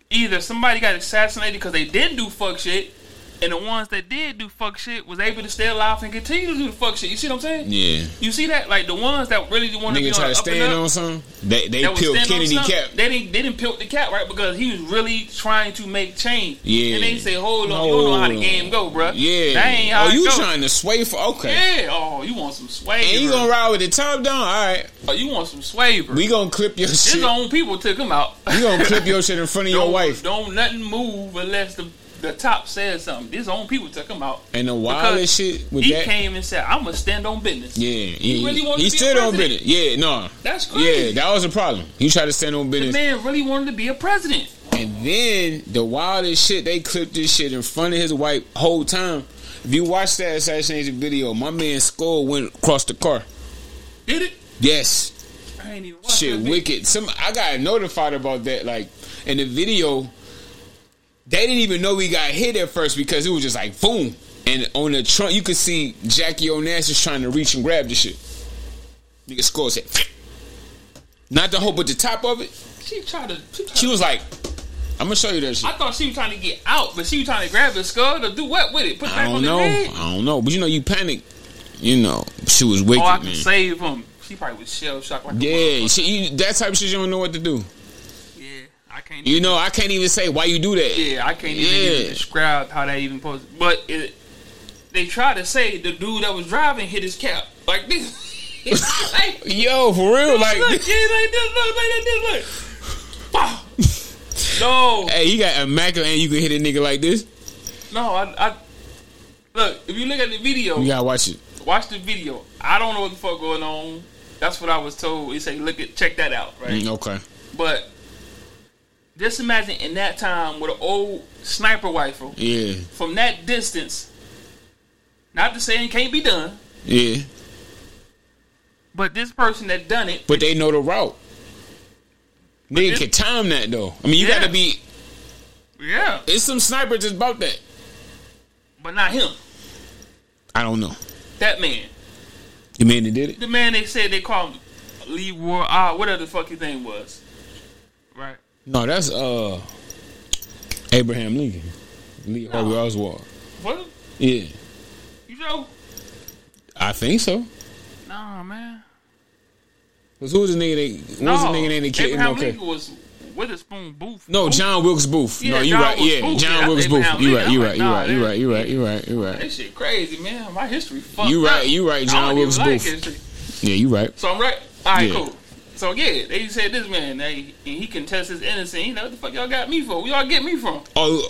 B: Either somebody got assassinated because they didn't do fuck shit, and the ones that did do fuck shit was able to stay alive and continue to do the fuck shit. You see what I'm saying?
A: yeah,
B: You see that? Like the ones that really want to be
A: nigga
B: on
A: try
B: the
A: to
B: up and
A: stand
B: up,
A: on something. They they
B: that was
A: peeled
B: standing on
A: Kennedy
B: something,
A: cap.
B: They didn't they didn't pilt the cap right because he was really trying to make change.
A: Yeah.
B: and they say, "Hold on, you don't know how the
A: Hold
B: game
A: on.
B: go, bruh.
A: Yeah.
B: that ain't how
A: oh,
B: it
A: you
B: go.
A: trying to sway for okay?
B: Yeah, oh, you want some sway?
A: And you
B: bruh.
A: gonna ride with the top down? All right,
B: Oh, you want some sway, bruh.
A: we gonna clip your
B: His
A: shit.
B: own people took him out.
A: We gonna clip your shit in front of your
B: Don't-
A: wife.
B: Don't nothing move unless the the top says something. His own people took him out.
A: And the
B: Because
A: wildest shit with
B: he
A: that.
B: came and said, "I'm gonna stand on business."
A: yeah, he,
B: really wanted
A: he
B: to be
A: still
B: a
A: don't bid it.
B: president?
A: Yeah, no.
B: That's
A: Yeah,
B: crazy.
A: that was a problem. He tried to stand on
B: the
A: business,
B: man really wanted to be a president.
A: and then the wildest shit. They clipped this shit in front of his wife whole time. If you watch that assassination video, my man's skull went across the car.
B: Did it?
A: Yes,
B: I ain't even watching
A: shit
B: that bitch.
A: wicked. Some I got notified about that. Like in the video, they didn't even know we got hit at first because it was just like boom. And on the trunk, you could see Jackie Onassis is trying to reach and grab the shit. Nigga scores it. Not the whole, but the top of it.
B: She tried to. She tried
A: She
B: to
A: was like, "I'm gonna show you that
B: I
A: shit."
B: thought she was trying to get out, but she was trying to grab his skull to do what with it? Put it
A: I
B: back
A: don't
B: on
A: know.
B: the head?
A: I don't know. But you know, you panic. You know, she was wicked,
B: Oh, I can
A: man.
B: save him. She probably was shell shocked. Like a
A: yeah,
B: motherfucker.
A: she, you, that type of shit. You don't know what to do.
B: yeah. I can't.
A: You know, I can't even say why you do that.
B: Yeah, I can't
A: Yeah.
B: even, even describe how that even posed. But it, they try to say the dude that was driving hit his cap like this. like,
A: Yo, for real,
B: like,
A: like.
B: look, yeah, like this, look, like this, look. Pow. no,
A: Hey, you got immaculate and you can hit a nigga like this.
B: no, I, I look. If you look at the video,
A: You gotta watch it.
B: watch the video. I don't know what the fuck going on. That's what I was told. He say, look at, check that out, right?
A: Mm, okay.
B: But just imagine in that time with an old sniper rifle.
A: Yeah.
B: from that distance. Not to say it can't be done,
A: Yeah.
B: but this person that done it,
A: But they know the route. Nigga
B: this-
A: can time that though. I mean, you
B: Yeah.
A: gotta be.
B: yeah,
A: It's some sniper just about that.
B: but not him.
A: I don't know.
B: That man,
A: The man that did it.
B: the man they said they called him Lee War, ah, whatever the fuck his name was, right?
A: No, that's uh Abraham Lincoln, Lee
B: Oh.
A: Harvey Oswald.
B: What
A: Yeah,
B: you know?
A: I think so.
B: Nah, man.
A: Cause who was the nigga? They, who was the nigga name that killed him?
B: Abraham
A: Okay.
B: Lincoln was Witherspoon Booth.
A: No, John Wilkes Booth.
B: Yeah,
A: no, you
B: John
A: right.
B: Wilkes
A: yeah,
B: Booth.
A: John
B: Yeah,
A: Wilkes
B: Abraham
A: Booth. You right.
B: Lincoln.
A: You
B: I'm
A: right.
B: like,
A: You
B: nah,
A: right. You
B: that-
A: right. You right. You right. You right.
B: That shit crazy, man. My history fucked
A: You right,
B: up.
A: you right,
B: I
A: John
B: don't even
A: Wilkes
B: like
A: Booth.
B: history.
A: Yeah, you right.
B: So I'm right. All right,
A: Yeah.
B: cool. So yeah, they said this man, they, and he contests his innocence. You know what the fuck y'all got me for? Where y'all get me from?
A: Oh,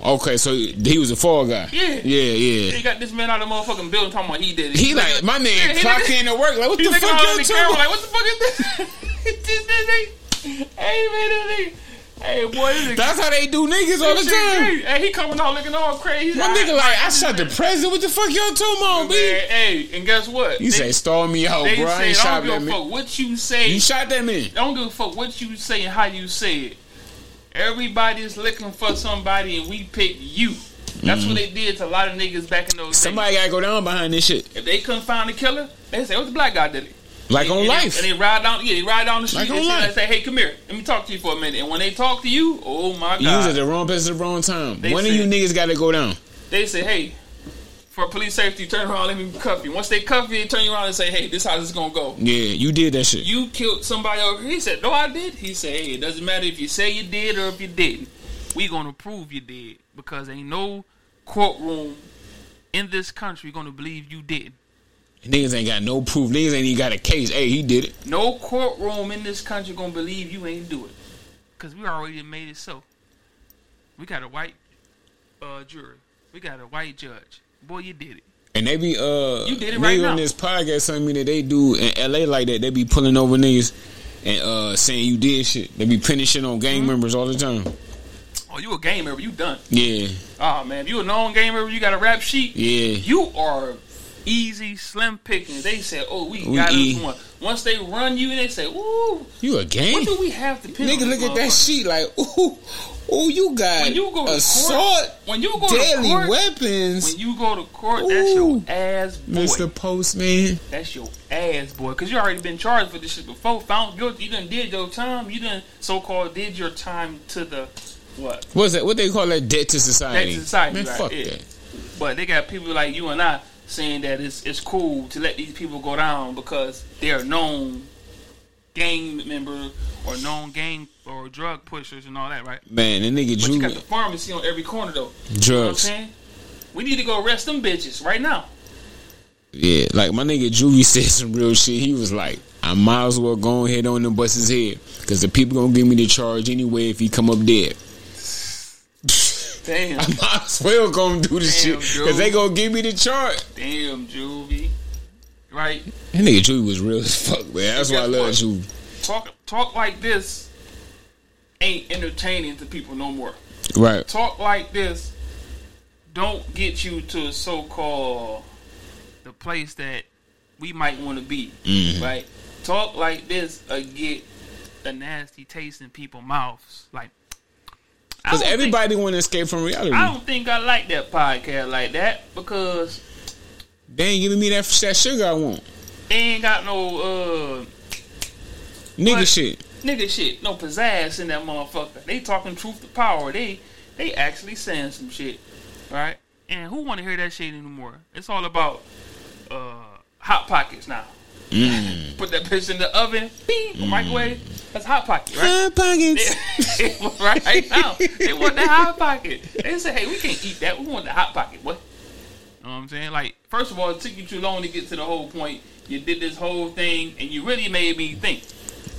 A: oh, okay. So he was a fall guy.
B: Yeah.
A: yeah,
B: They
A: yeah.
B: got this man out of the motherfucking building talking about he did it.
A: He like my man
B: he
A: clock
B: like-
A: in to work. Like what
B: He
A: the
B: looking
A: fuck
B: all in
A: you
B: the camera
A: talking?
B: like, what the fuck is this? this, this, this, hey man, this, this, hey boy, this is
A: That's how they do niggas all the
B: this shit
A: time.
B: great. Hey, he coming out looking all crazy. He's
A: My
B: like,
A: nigga
B: "All
A: like
B: right,
A: I shot the president. What the fuck y'all talking about, B?
B: man, Hey, and guess what?
A: You say stall me out,
B: they
A: bro. I ain't
B: said, I
A: shot
B: don't
A: that
B: give a
A: man.
B: fuck what you say.
A: You shot that man.
B: I don't give a fuck what you say and how you say it. Everybody's looking for somebody, and we pick you. That's what they did to a lot of niggas back in those
A: Mm-hmm. Somebody gotta go down behind this shit.
B: days. If they couldn't find the killer, they say, "It was the black guy did it."
A: Like on
B: and
A: life.
B: They, and they ride down, yeah, they ride down the street
A: Like on
B: and shit,
A: life.
B: and say, "Hey, come here, let me talk to you for a minute." And when they talk to you, oh my
A: You was at
B: god,
A: the wrong place at the wrong time.
B: They
A: One of you
B: said-
A: niggas gotta go down.
B: they say, "Hey." For police safety, turn around, let me cuff you. Once they cuff you, they turn you around and say, "Hey, this is how this is gonna go."
A: Yeah, you did that shit.
B: you killed somebody over here. He said, No, I did. He said, Hey, it doesn't matter if you say you did or if you didn't. We gonna prove you did because ain't no courtroom in this country gonna believe you did.
A: Niggas ain't got no proof. Niggas ain't even got a case. Hey, he did it.
B: No courtroom in this country gonna believe you ain't do it because we already made it so. We got a white uh, jury. We got a white judge. Boy, you did it.
A: And they be uh
B: You did it
A: nigga
B: right now.
A: on this podcast telling me that they do in LA like that. They be pulling over niggas and uh saying you did shit. They be pinning shit on gang members all the time.
B: Oh, you a game member. You done.
A: Yeah,
B: Oh, man. If you a known game member, you got a rap sheet.
A: yeah.
B: You are easy, slim pickings. They said, oh, we
A: We
B: got
A: eat.
B: this one. Once they run you, they say, ooh,
A: You a gang?
B: what do we have to pick
A: Nigga,
B: on
A: look
B: this
A: at that
B: motherfucker?
A: sheet like ooh, ooh. You got
B: When you go to
A: assault,
B: court, when you go
A: deadly
B: to court,
A: weapons,
B: when you go to court, that's your
A: Ooh.
B: ass boy.
A: Mr. Postman.
B: That's your ass, boy. Cause you already been charged for this shit before. Found guilty. You done did your time. You done so called did your time to the what?
A: What's that? What they call that? Debt to society.
B: Debt to society,
A: Man,
B: right,
A: fuck
B: yeah.
A: that.
B: But they got people like you and I saying that it's it's cool to let these people go down because they're known gang members or known gang or drug pushers and all that, right?
A: Man, that nigga
B: But you
A: Drew
B: got the pharmacy on every corner though. You know what I'm
A: drugs.
B: saying? We need to go arrest them bitches right now.
A: Yeah, like my nigga Juvie said some real shit. He was like, I might as well go ahead on and bust his head. Cause the people gonna give me the charge anyway if he come up dead.
B: Damn,
A: I might as well go do this
B: Damn,
A: shit.
B: Drew.
A: Cause they gonna give me the charge.
B: damn, Juvie. Right?
A: That nigga Juvie was real as fuck, man. That's why I love
B: Guess
A: Juvie.
B: Talk talk like this ain't entertaining to people no more.
A: Right.
B: talk like this don't get you to so called the place that we might want to be,
A: Mm-hmm.
B: right? Talk like this or get a nasty taste in people's mouths. Like, I
A: Cause
B: don't think-
A: everybody wanna escape from reality.
B: I don't think I like that podcast like that because
A: They ain't giving me that, that sugar I want.
B: they ain't got no uh,
A: Nigga
B: But-
A: shit.
B: nigga shit, no pizzazz in that motherfucker. They talking truth to power. They they actually saying some shit, right? And who want to hear that shit anymore? It's all about uh, hot pockets now. Put that bitch in the oven, beep, microwave. That's hot pocket, right?
A: Hot pockets.
B: right now, they want the hot pocket. They say, "Hey, we can't eat that. We want the hot pocket, boy." You know what I'm saying? Like, first of all, it took you too long to get to the whole point. You did this whole thing, and you really made me think.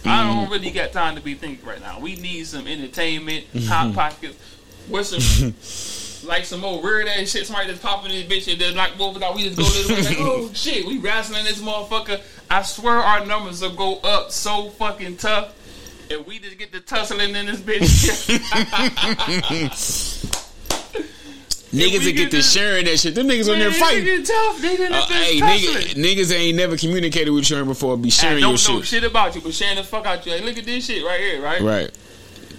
B: I don't really got time to be thinking right now. We need some entertainment, hot pockets, with some like some old weird ass shit. Somebody that's popping this bitch and then like, what was that? We just go this way. Like, oh shit, we wrestling this motherfucker. I swear our numbers will go up so fucking tough. If we just get to tussling in this bitch,
A: Niggas
B: we
A: that get
B: get
A: to
B: this-
A: sharing that shit. Them niggas on there
B: man,
A: fighting.
B: they get tough. They in this
A: Uh,
B: bitch
A: hey,
B: tussling.
A: nigga, niggas ain't never communicated with you before be
B: I
A: sharing
B: don't know
A: your
B: shit.
A: shit.
B: about you, but sharing the fuck out you. Hey, look at this shit right here, right?
A: Right.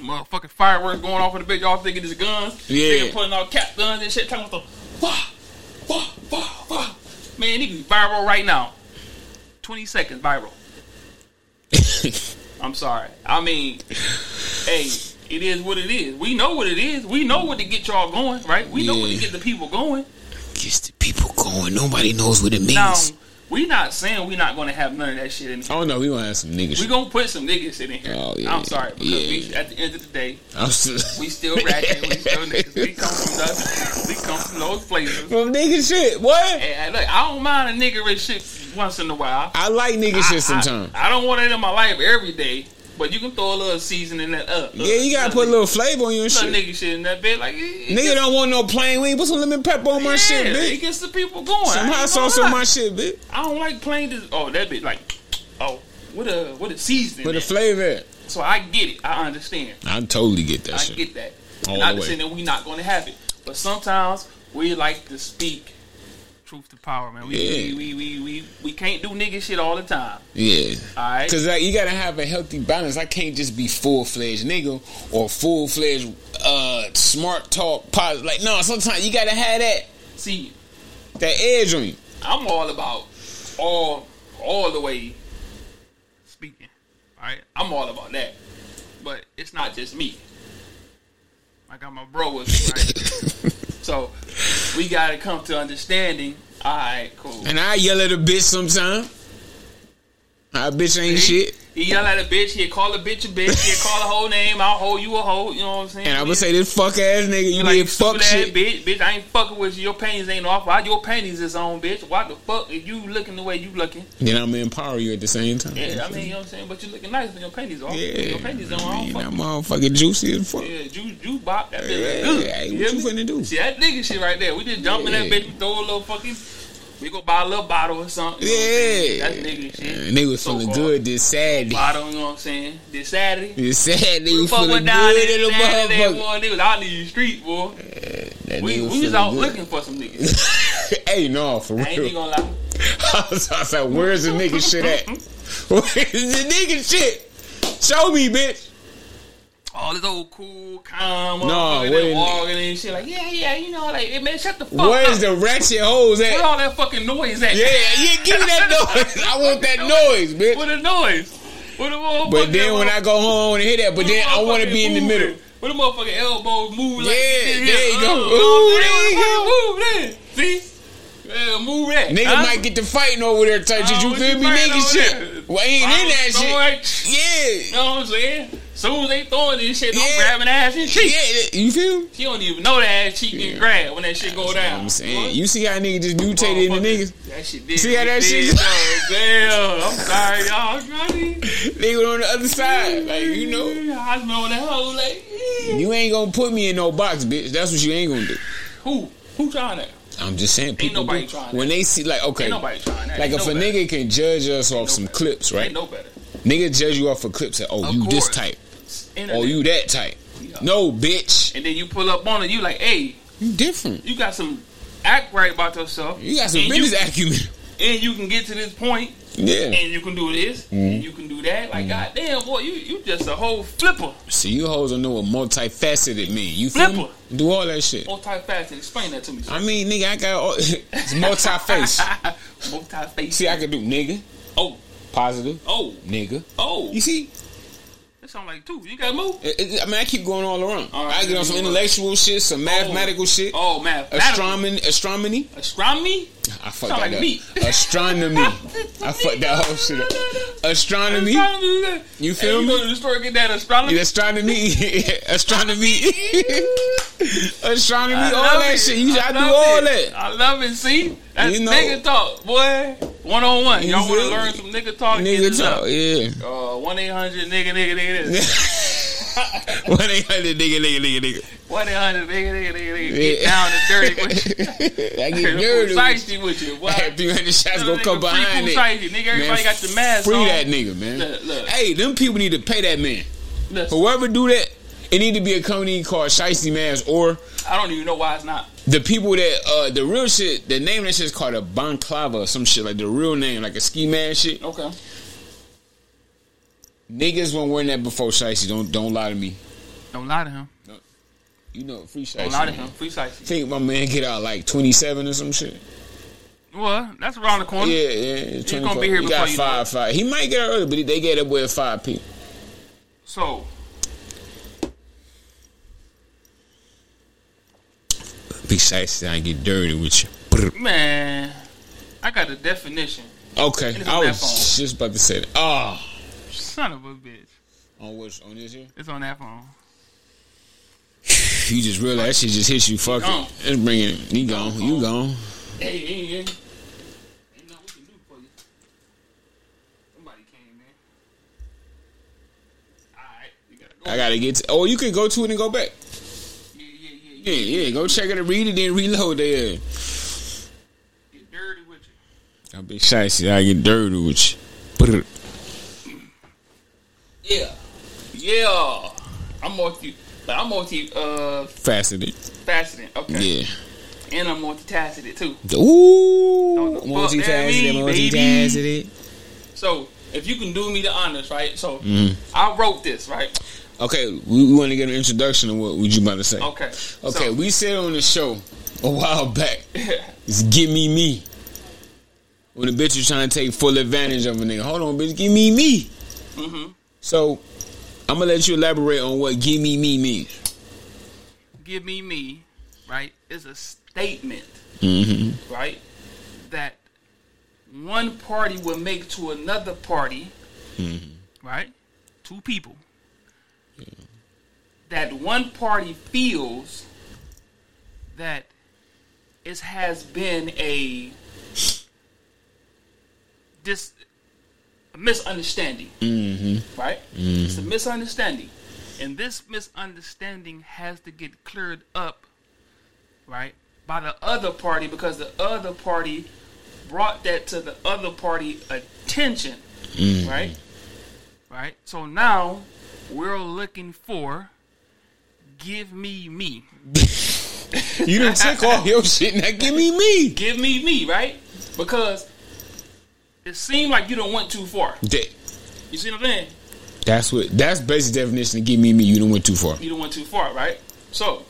B: Motherfucking fireworks going off in the bitch. Y'all thinking it's guns.
A: Yeah.
B: Nigga putting out cap guns and shit. Talking about the wah, wah, wah, wah. Man, nigga, viral right now. 20 seconds viral. I'm sorry. I mean, hey, it is what it is. We know what it is. We know what to get y'all going, right? We know what to
A: Yeah.
B: get the people going.
A: Gets the people going. Nobody knows what it means.
B: Now, we not saying we not going to have none of that shit in here.
A: Oh no, we gonna have some niggas.
B: We gonna put some niggas in here.
A: Oh, yeah.
B: I'm sorry, because
A: Yeah.
B: we, at the end of the day,
A: I'm still
B: We still ratchet. We still niggas. We come from those. We come from those places.
A: from nigga shit. What?
B: And, and look, I don't mind a nigga with shit once in a while.
A: I like nigga
B: I,
A: shit sometimes.
B: I, I don't want it in my life every day, but you can throw a little seasoning that up.
A: yeah, you gotta put a little flavor on your
B: little
A: shit.
B: nigga shit in that bit. Like it, it
A: Nigga don't want no plain wing. Put some lemon pepper on my
B: gets,
A: shit,
B: yeah, It
A: bitch.
B: gets the people going. I
A: Some
B: ain't
A: hot
B: gonna
A: sauce on
B: lie.
A: my shit, bitch.
B: I don't like plain. Dis- oh, that bit like, oh, what a what a seasoning.
A: Put a
B: in.
A: flavor. at.
B: so I get it. I understand.
A: I totally get that
B: I
A: shit.
B: get that.
A: All
B: and I
A: the way.
B: just saying that we not going to have it. But sometimes we like to speak truth to power, man. We,
A: Yeah.
B: we, we, we, we, we can't do nigga shit all the time.
A: Yeah.
B: All right?
A: Cause like you gotta have a healthy balance. I can't just be full fledged nigga or full fledged uh smart talk positive. Like no, sometimes you gotta have that
B: See,
A: that edge on you.
B: I'm all about all all the way speaking. All right? I'm all about that. But it's not just me. I got my bro with me, right? so we got to come to understanding. All right, cool.
A: And I yell at a bitch sometimes. I bitch ain't
B: See?
A: shit.
B: He yell at a bitch. He'll call a bitch a bitch. He'll call a whole name. I'll hold you a hoe. You know what I'm saying?
A: And I would say this fuck ass nigga, you
B: like
A: did fuck
B: stupid ass
A: shit.
B: bitch. Bitch, I ain't fucking with you. Your panties ain't off. Why your panties is on, bitch? Why the fuck if you looking the way you looking?
A: Then I'm gonna empower you at the same time.
B: Yeah, I mean, you know what I'm saying. But you looking nice when your panties off.
A: Yeah,
B: your panties on.
A: I
B: I
A: mean,
B: don't
A: that
B: fuck.
A: motherfucking juicy as fuck.
B: Yeah, juice, juice bop. That bitch.
A: Yeah,
B: like,
A: hey,
B: "Ugh." You
A: what
B: hear
A: you
B: me?
A: finna do?
B: See that nigga shit right there. We just jump in that
A: Yeah.
B: bitch. We throw a little fucking. We go buy a little bottle or something. you know what I'm saying?
A: Yeah,
B: that's nigga
A: Yeah,
B: shit.
A: nigga was
B: So
A: feeling
B: far.
A: good this Saturday.
B: Bottle. You know what I'm saying? This Saturday.
A: This Saturday, nigga
B: Fuck
A: feeling
B: went down
A: good in
B: there
A: the
B: Saturday,
A: motherfucker.
B: boy. Niggas out in the street, boy.
A: Eh, That
B: We,
A: nigga
B: we was
A: feeling
B: out
A: good.
B: looking for some niggas.
A: hey, no, for
B: I ain't even
A: real.
B: gonna lie.
A: I was, I was like, where's the nigga shit at? Where's the nigga shit? Show me, bitch.
B: All this old cool, calm,
A: No,
B: no,
A: wait.
B: walking and shit. Like, yeah, yeah, you know, like, hey, man, shut the fuck
A: Where's
B: up.
A: the ratchet hoes
B: Where
A: at?
B: all that fucking noise at?
A: Yeah, yeah, give me that noise. I want that noise, bitch.
B: What the noise? What the motherfucking
A: But then when I go home, I want to hear that. But then I want to be in the middle.
B: Where the motherfucking elbows move like
A: Yeah,
B: this here.
A: there you
B: Uh,
A: go.
B: know what
A: Ooh,
B: I'm saying? Move that. See? Yeah, move that.
A: Nigga
B: huh?
A: might get to fighting over there, touch
B: Oh,
A: it. You
B: what
A: feel
B: you
A: me,
B: fighting
A: nigga?
B: over there?
A: Shit. Well, I ain't in that
B: Don't
A: shit.
B: worry. You
A: Yeah,
B: know what I'm saying? Soon as they throwing this shit, I'm
A: Yeah.
B: grabbing ass and cheek.
A: yeah. You feel?
B: She don't even know that ass cheek getting grabbed when that shit go down.
A: I'm saying. You see how nigga just mutated in the niggas?
B: That shit did.
A: See how that
B: It
A: shit-
B: did, though. Damn. I'm sorry, y'all. Johnny.
A: Nigga on the other side, like you know.
B: I smell that hoe like. eh.
A: You ain't gonna put me in no box, bitch. That's what you ain't gonna do.
B: Who? Who trying that?
A: I'm just saying. People
B: nobody
A: do,
B: trying that.
A: when they see like okay,
B: Ain't nobody trying that.
A: like
B: Ain't
A: if
B: no
A: a
B: better.
A: nigga can judge us off some
B: better.
A: clips, right?
B: Ain't no better.
A: Nigga judge you off of clips. Like, oh,
B: Of
A: you this
B: course.
A: type.
B: Internet.
A: Oh, you that type.
B: Yeah.
A: No, bitch.
B: And then you pull up on it. You like, hey,
A: You different.
B: you got some act right about yourself.
A: You got some
B: and
A: business
B: You,
A: acumen.
B: and you can get to this point,
A: Yeah.
B: and you can do this,
A: Mm-hmm.
B: and you can do that. Like, goddamn, boy, you you just a whole flipper,
A: See, you hoes don't know what multifaceted mean. You feel me?
B: Flipper.
A: Do all that shit.
B: multifaceted. Explain that to me. sir.
A: I mean, nigga, I got all, it's multi-face.
B: multifaceted.
A: see, I can do nigga,
B: oh,
A: positive,
B: oh,
A: nigga.
B: oh.
A: You see,
B: That sound like two. You gotta move.
A: It- it- I mean, I keep going all around.
B: All
A: I
B: right.
A: get on some intellectual shit, some mathematical shit,
B: Oh, math.
A: astronomy, astronomy.
B: Astronomy.
A: I fucked
B: Sound
A: that
B: like
A: up.
B: meat.
A: Astronomy. I fucked that whole shit up. Astronomy.
B: Astronomy.
A: You feel
B: hey, You
A: me?
B: go to the store and get that astronomy.
A: Yeah, astronomy, astronomy, astronomy,
B: I
A: all
B: love
A: that
B: it.
A: shit. You, I, do
B: love
A: all
B: it.
A: that.
B: I love it. See, that's
A: You know-
B: nigga talk, boy. One on one.
A: You
B: Y'all want to
A: feel
B: learn
A: me?
B: some nigga talk?
A: Nigga talk, yeah.
B: talk. Uh, One eight hundred nigga nigga nigga this.
A: One eight hundred nigga, nigga, nigga,
B: One eight hundred nigga nigga nigga nigga. Get
A: Yeah.
B: down and dirty with you.
A: nigga. I get nervous.
B: Precisely with you. Boy.
A: A few hundred shots gonna come behind
B: Free
A: it.
B: Precisely, nigga. Everybody got the mask
A: free
B: on.
A: that nigga, man.
B: Look, look.
A: Hey, them people need to pay that man.
B: Listen,
A: Whoever do that, it need to be a company called Shiesty Mass or
B: I don't even know why it's not.
A: the people that uh the real shit. The name of that shit is called a Bonclava or some shit like the real name, like a ski man shit.
B: Okay.
A: Niggas weren't wearing that before Shiesty. Don't don't lie to me.
B: Don't lie to him.
A: You know, free Shiesty.
B: Don't lie to
A: man.
B: him.
A: I
B: Precisely.
A: think my man get out like twenty seven or some shit.
B: Well, that's around the corner.
A: Yeah, yeah. He's
B: gonna be here
A: he got
B: before you know
A: five, five. He might get out early, but they get up with five people.
B: So,
A: Be shiesty, I get dirty with you. Brr.
B: man, I got a definition.
A: Okay,
B: It's
A: I
B: on that
A: was
B: phone.
A: just about to say that. Ah,
B: Son of a bitch.
A: on which on this here?
B: It's on that phone.
A: You just realize that shit just hits you. Fuck
B: Gone.
A: it. Let's bring it. You gone. You gone.
B: Hey, hey, hey. Ain't nothing we can do for you. Somebody came in. Alright, you gotta go.
A: I gotta get. To, oh, you could go to it and go back.
B: Yeah, yeah, yeah, yeah.
A: Yeah, yeah. Go check it and read it, then reload there.
B: Get dirty with you.
A: I be shiesty. I get dirty with you. Brr.
B: Yeah. Yeah. I'm multi, but I'm multi, uh,
A: Faceted.
B: faceted. Okay.
A: Yeah.
B: And I'm multifaceted too.
A: Ooh.
B: Don't fuck that
A: Multifaceted.
B: mean, baby.
A: Multifaceted.
B: So, if you can do me the honors, right? So, I wrote this, right?
A: Okay, we want to get an introduction to what would you about to say? Okay,
B: Okay.
A: we said on the show a while back,
B: So,
A: it's give me me. When a bitch is trying to take full advantage of a nigga, hold on, bitch, give me me.
B: Mm-hmm.
A: So I'm gonna let you elaborate on what give me me means.
B: give me me, Mm-hmm. right, is a statement, right, that one party will make to another party, right? Two people. That one party feels that it has been a dis a misunderstanding, right? It's a misunderstanding, and this misunderstanding has to get cleared up right, by the other party because the other party brought that to the other party attention, right? Right? So now we're looking for give me me.
A: You didn't take all your shit. Now give me me.
B: Give me me, right? Because it seemed like you don't went too far.
A: That-
B: You see what I'm saying?
A: that's what. That's basic definition. of Give me me. You didn't went too far.
B: You don't went too far, right? So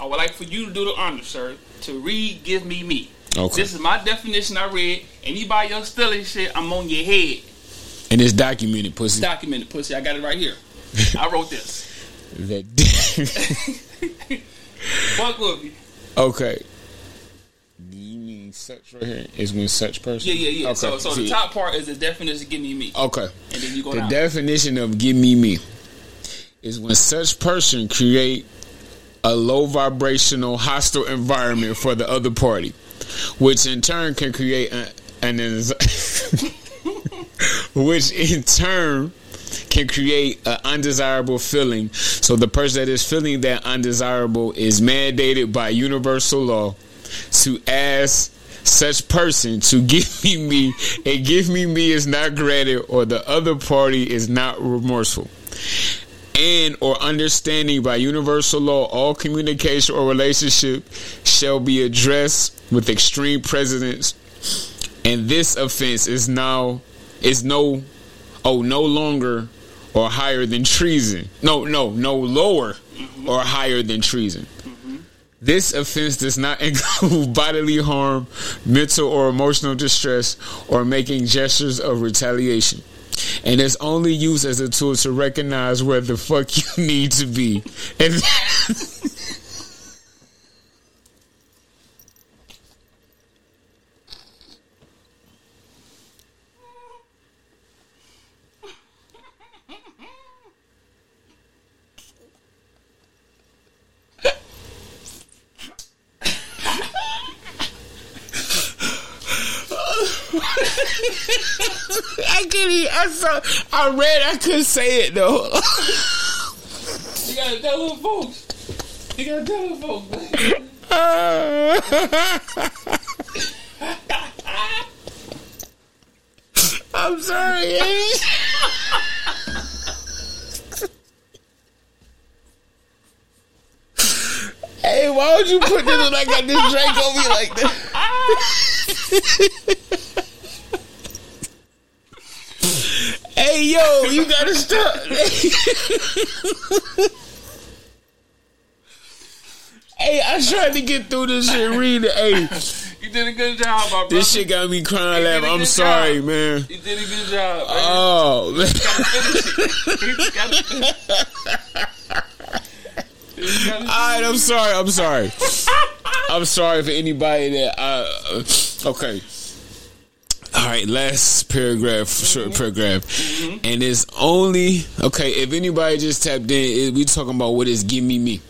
B: I would like for you to do the honor, sir, to read give me me.
A: Okay.
B: This is my definition I read. Anybody else stealing shit, I'm on your head.
A: And it's documented, pussy.
B: documented, pussy. I got it right here. I wrote this.
A: That-
B: Fuck with me.
A: okay. Do you mean such right here? Is when such person?
B: Yeah, yeah, yeah.
A: Okay.
B: So, so the
A: see.
B: top part is the definition of give me me.
A: Okay.
B: And then you go
A: The
B: down.
A: definition of give me me is when such person create a low vibrational hostile environment for the other party, which in turn can create an, an anxi- which in turn can create an undesirable feeling. So the person that is feeling that undesirable is mandated by universal law to ask such person to give me me and give me me is not granted or the other party is not remorseful and or understanding by universal law all communication or relationship shall be addressed with extreme precedence and this offense is now is no oh no longer or higher than treason no no no lower or higher than treason this offense does not include bodily harm, mental or emotional distress, or making gestures of retaliation. And it's only used as a tool to recognize where the fuck you need to be. And I can't even, I, saw, I read, I couldn't say it though.
B: You gotta tell them folks. You gotta tell them folks. man.
A: I'm sorry. hey, why would you put this when I got this drink on me like that? hey, yo, you gotta stop. hey, I tried to get through this shit reading. Hey,
B: You did a good job, my brother.
A: this shit got me crying laughing. I'm sorry, man.
B: You did a good job. man.
A: Oh, man.
B: You gotta finish it. You gotta-
A: All right, I'm sorry. I'm sorry. I'm sorry for anybody that I. Okay. All right, last paragraph, short paragraph, and it's only okay. If anybody just tapped in, it, we talking about what is give me me.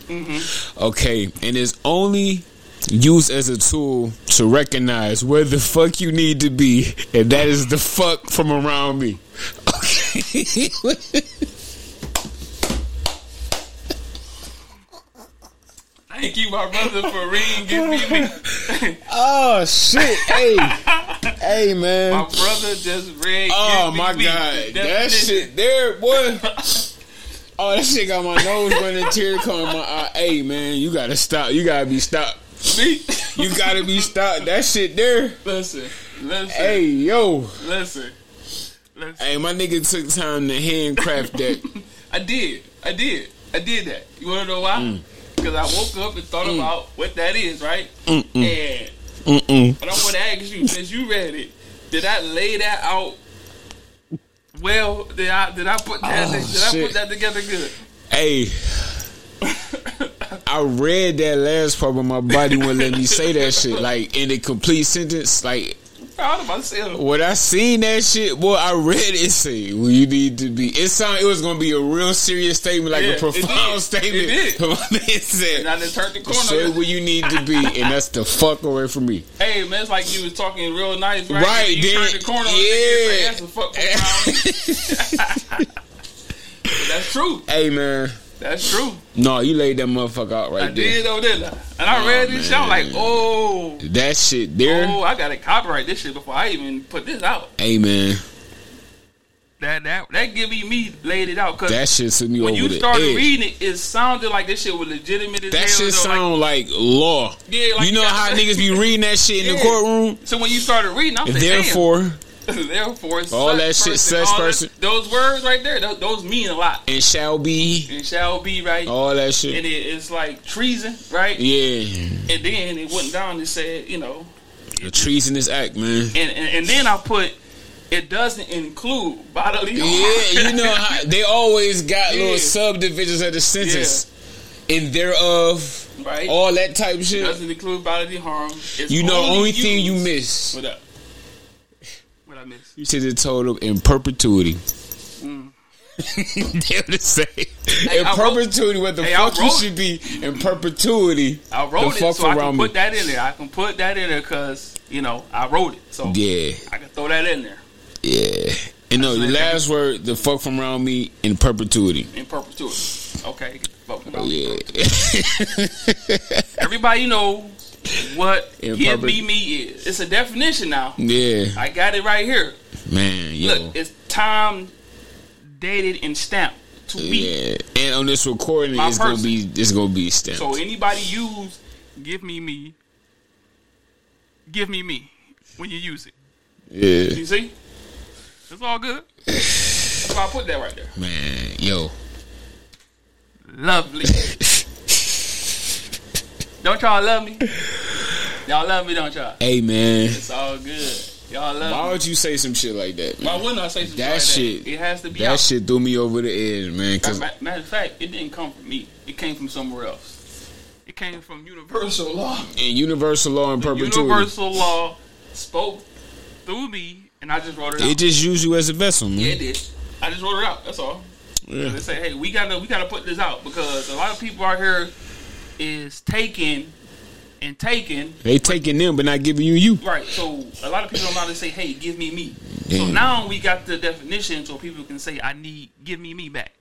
A: Okay, and it's only used as a tool to recognize where the fuck you need to be, and that is the fuck from around me. Okay.
B: Thank you, my brother, for reading give me me.
A: oh shit! Hey, hey, man.
B: My brother just read.
A: Oh
B: Give Me
A: my
B: Me,
A: god,
B: the
A: that
B: definition.
A: shit there, boy. Oh, that shit got my nose running, tear coming my eye. Hey, man, you gotta stop. You gotta be stopped.
B: See?
A: You gotta be stopped. That shit there.
B: Listen, listen,
A: Hey, yo.
B: listen, listen.
A: Hey, my nigga took time to handcraft that.
B: I did. I did. I did that. You want to know
A: Mm.
B: why? Because I woke up and thought about what that is, right? And
A: Mm-mm.
B: but I want to ask you, since you read it, did I lay that out? Well, did I did I put that
A: Oh,
B: did I
A: shit.
B: put that together good?
A: Hey. I read that last part, but my body wouldn't let me say that shit. Like in a complete sentence, like
B: proud of myself.
A: When I seen that shit, boy, I read it. Say, well, you need to be. It sounded it was gonna be a real serious statement, like
B: Yeah,
A: a
B: it
A: profound
B: did.
A: statement.
B: It did.
A: it said,
B: And I just turned the corner.
A: "Say where you need to be, and that's the fuck away from me."
B: Hey man, it's like you was talking real nice, right?
A: Right,
B: And you
A: then-
B: turned the corner.
A: yeah.
B: Yeah, that's a fuck around. That's true.
A: Hey man,
B: That's true.
A: no, you laid that motherfucker out right
B: I
A: there.
B: did though, didn't I? And I read this shit. I'm like, oh,
A: That shit there,
B: oh, I gotta copyright this shit before I even put this out.
A: hey man,
B: That that that giving me laid it out because
A: that shit took me
B: when
A: over
B: you
A: the
B: started
A: edge.
B: reading it, it sounded like this shit was legitimate as
A: that
B: hell.
A: shit
B: though, like-
A: sound like, law.
B: Yeah, like-
A: you know how niggas be reading that shit in the
B: Yeah.
A: courtroom.
B: so when you started reading, I'm like, damn.
A: Therefore,
B: therefore,
A: All
B: such
A: that shit,
B: person,
A: such
B: all that-
A: person.
B: those words right there, those, those mean a lot.
A: and shall be
B: And shall be right,
A: all that shit.
B: and it, it's like treason, right?
A: Oh. Yeah,
B: And then it went down and said, you know,
A: the treasonous act, man.
B: and and, and then I put it doesn't include bodily. harm.
A: Yeah, you know how they always got
B: Yeah.
A: little subdivisions of the sentence, and thereof
B: right?
A: all that type of
B: it
A: shit.
B: doesn't include bodily harm. It's
A: You know, only thing
B: used-
A: you miss,
B: What up? What I miss?
A: you should have told them in perpetuity. Damn the same. in
B: Mm. I wrote-
A: perpetuity, what the
B: Hey, I
A: fuck you
B: wrote-
A: should be in perpetuity.
B: I wrote
A: the
B: it, so I can
A: around
B: put
A: me.
B: that in there. I can put that in there because you know I wrote it, so
A: Yeah,
B: I can throw that in there
A: yeah. And no,
B: That's
A: the
B: like-
A: last word, the fuck from around me in perpetuity.
B: in perpetuity. Okay, fuck it up.
A: Yeah.
B: Everybody know what
A: In
B: give
A: perpet-
B: me me is. It's a definition now.
A: yeah.
B: I got it right here.
A: Man, yo.
B: Look, it's time, dated, and stamped to be.
A: Yeah, and on this recording,
B: My
A: it's gonna
B: person.
A: be it's gonna be stamped.
B: So anybody use give me me, give me me when you use it.
A: yeah,
B: You see, it's all good. That's why I put that right there.
A: man, yo,
B: Lovely. don't y'all love me? Y'all love me, don't y'all?
A: hey man,
B: It's all good. Y'all
A: why
B: love me.
A: would you say some shit like that?
B: Why
A: Man?
B: wouldn't I say something
A: That
B: like
A: shit-
B: That? It has to be
A: That
B: out.
A: shit threw me over the edge, man. Cause
B: Ma- Matter of fact, it didn't come from me. It came from somewhere else. It came from universal law.
A: in universal law and perpetuity,
B: Universal law spoke through me, and I just wrote it out.
A: it just used you as a vessel, man.
B: Yeah, it did. I just wrote it out. That's all.
A: Yeah.
B: They say, hey, we gotta we gotta put this out because a lot of people out here is taking and taking
A: They taking them, but not giving you you.
B: Right. So a lot of people don't know how to say, "Hey, give me me." So
A: Yeah.
B: now we got the definition, so people can say, "I need give me me back."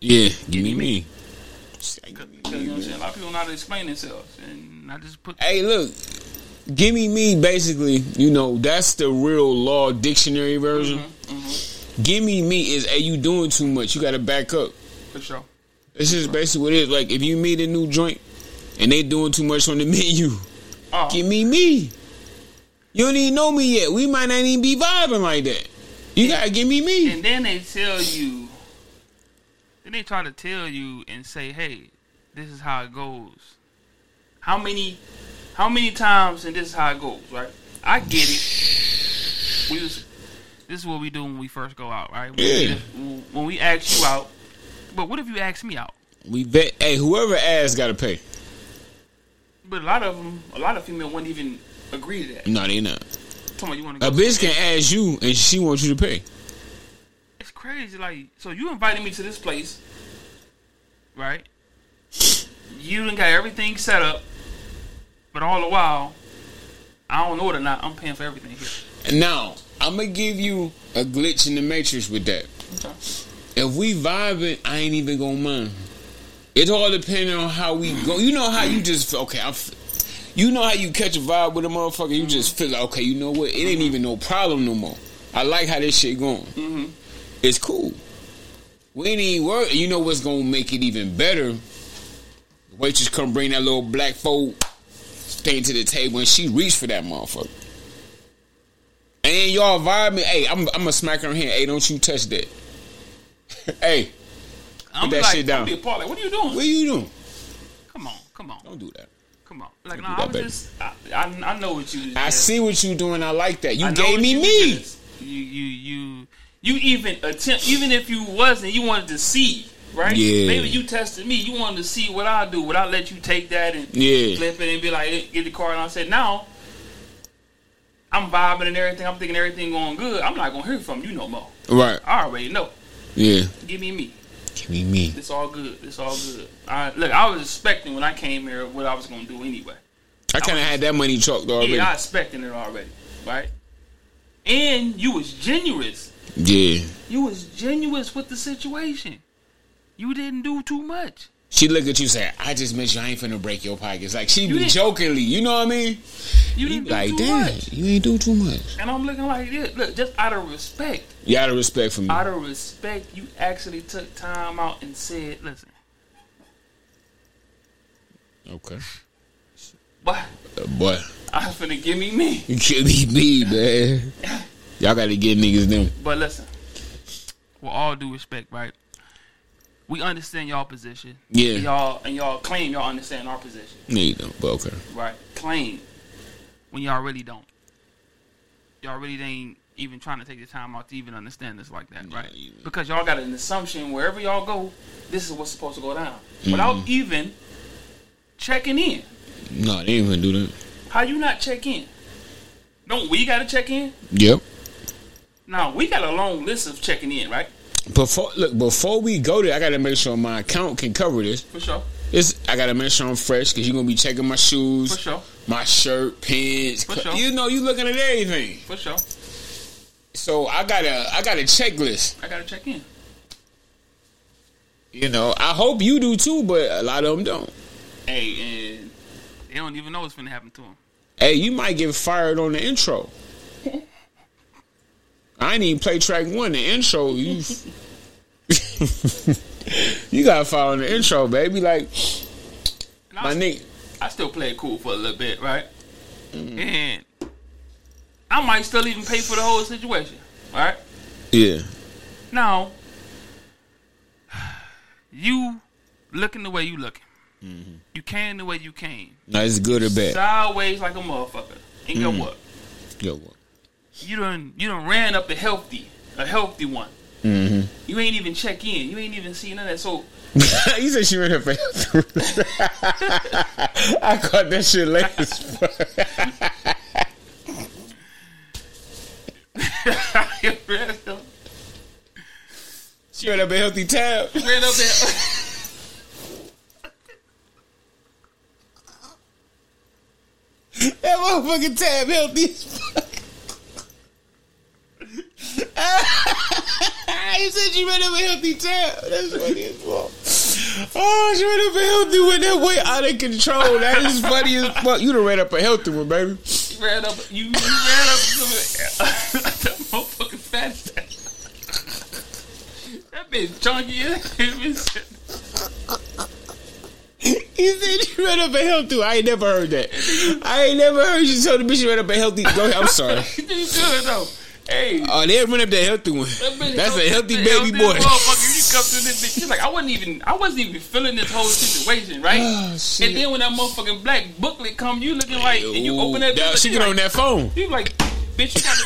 A: Yeah, give me
B: me.
A: me.
B: 'Cause- 'cause you know what I'm saying? A lot of people don't know how to explain themselves, and I just put
A: Hey, look. Give me me, basically, you know, that's the real law dictionary version. Give me me is, hey, you doing too much. You got to back up.
B: for sure.
A: This is basically what it is. Like if you meet a new joint and they doing too much on the menu,
B: Oh,
A: give me me. You don't even know me yet. We might not even be vibing like that. You gotta give me me.
B: and then they tell you, then they try to tell you and say, "Hey, this is how it goes." How many, how many times, and this is how it goes, right? I get it. We was, this is what we do when we first go out, right? When,
A: Yeah.
B: we, when we ask you out, but what if you ask me out?
A: We bet. Hey, whoever asks gotta pay.
B: But a lot of them, a lot of female wouldn't even agree to that.
A: No, they not.
B: Tell me you want to
A: A
B: go?
A: bitch can ask you and she wants you to pay.
B: It's crazy. Like, so you invited me to this place, right? You done got everything set up, but all the while, I don't know it or not. I'm paying for everything here.
A: Now I'm gonna give you a glitch in the matrix with that.
B: Okay.
A: If we vibing, I ain't even gonna mind. It's all depending on how we go. You know how you just feel, okay. I'm, f- you know how you catch a vibe with a motherfucker. You just feel like okay. You know what? It ain't even no problem no more. I like how this shit going. It's cool. We ain't even worried. You know what's gonna make it even better? The waitress come bring that little black fold thing to the table, and she reached for that motherfucker. And y'all vibing. Hey, I'm I'm gonna smack her hand. Hey, don't you touch that. hey,
B: I'm
A: that
B: like,
A: shit down.
B: I'm be a part. Like, what are you doing?
A: what you doing?
B: Come on, come on,
A: Don't do that.
B: come on. Like,
A: do
B: nah,
A: that,
B: I was
A: baby.
B: just, I, I, I know what you.
A: I
B: did.
A: see what you doing. I like that. You
B: I know
A: gave
B: what
A: me
B: you
A: me.
B: did. You, you, you, you even attempt. Even if you wasn't, you wanted to see, right?
A: Yeah.
B: Maybe you tested me. You wanted to see what I do. Would I let you take that and
A: Yeah.
B: flip it and be like, eh, get the card? And I said, now I'm vibing and everything. I'm thinking everything going good. I'm not gonna hear from you no more.
A: Right.
B: I already know.
A: Yeah.
B: Give me me.
A: Give me me.
B: It's all good. It's all good. I, look, I was expecting when I came here what I was gonna do anyway.
A: I kind of had that money chalked already.
B: Yeah, I expecting it already, right? And you was generous.
A: Yeah.
B: You was generous with the situation. You didn't do too much.
A: She look at you say, "I just made sure I ain't finna break your pockets." Like she
B: You
A: be
B: didn't-
A: jokingly, you know what I mean?
B: You didn't do
A: Like
B: too
A: damn,
B: much.
A: you ain't do too much.
B: And I'm looking like this. Look, just out of respect.
A: You out of respect for me.
B: Out of respect, you actually took time out and said, listen,
A: Okay,
B: boy,
A: Uh, boy,
B: I'm finna give me me.
A: you should be me, man. Y'all got to get niggas them.
B: But listen, with all due respect, right? We understand y'all position.
A: Yeah.
B: Y'all and y'all claim y'all understand our position.
A: Need them, but okay.
B: Right. Claim. When y'all really don't. Y'all really ain't even trying to take the time out to even understand this like that, right?
A: even.
B: Because y'all got an assumption wherever y'all go, this is what's supposed to go down. Without even checking in.
A: No, they ain't gonna do that.
B: How you not check in? Don't we gotta check in?
A: Yep.
B: Now we got a long list of checking in, right?
A: Before look, before we go there, I gotta make sure my account can cover this.
B: For sure.
A: It's I gotta make sure I'm fresh because you gonna be checking my shoes,
B: For sure.
A: my shirt, pants.
B: For
A: cl-
B: sure.
A: You know, you looking at everything.
B: For sure.
A: So I got a I got a checklist.
B: I gotta check in.
A: You know, I hope you do too, but a lot of them don't.
B: Hey, and they don't even know what's gonna happen to them.
A: Hey, you might get fired on the intro. I didn't even play track one. The intro, you you got fired on the intro, baby. Like
B: And
A: my
B: I was-
A: nigga,
B: I still play it cool for a little bit, right? And I might still even pay for the whole situation, right?
A: yeah,
B: Now, you looking the way you looking, you came the way you came,
A: no, it's good or bad.
B: sideways like a motherfucker. And guess what?
A: Yo, what?
B: You done you done ran up a healthy, a healthy one. You ain't even check in. You ain't even see none of that. So
A: you said she ran her fast. I caught that shit late. as fuck.
B: you ran up that-
A: She ran up a healthy tab.
B: ran up that.
A: That motherfucking tab healthy as fuck. you said she ran up a healthy tab. That's funny as fuck. Oh, she ran up a healthy one. That way out of control. That is funny as fuck. You done ran up a healthy one, baby.
B: You ran up. You, you ran up some, that motherfucking fat ass. That bitch chunky. as- that bitch-
A: You said she ran up a healthy one. I ain't never heard that. I ain't never heard you tell the bitch you ran up a healthy. Go ahead. I'm sorry.
B: You good though. Hey,
A: Oh, they run up that healthy one.
B: that bitch
A: That's
B: come-
A: a healthy
B: that
A: baby
B: healthy
A: boy.
B: Motherfucker, you come through this bitch. She's like, I wasn't even. I wasn't even feeling this whole situation, right?
A: Oh, shit.
B: and then when that motherfucking black booklet come, you looking like, and you open that.
A: Ooh,
B: bitch,
A: She
B: you
A: get
B: like,
A: on that phone.
B: You like, bitch, you got to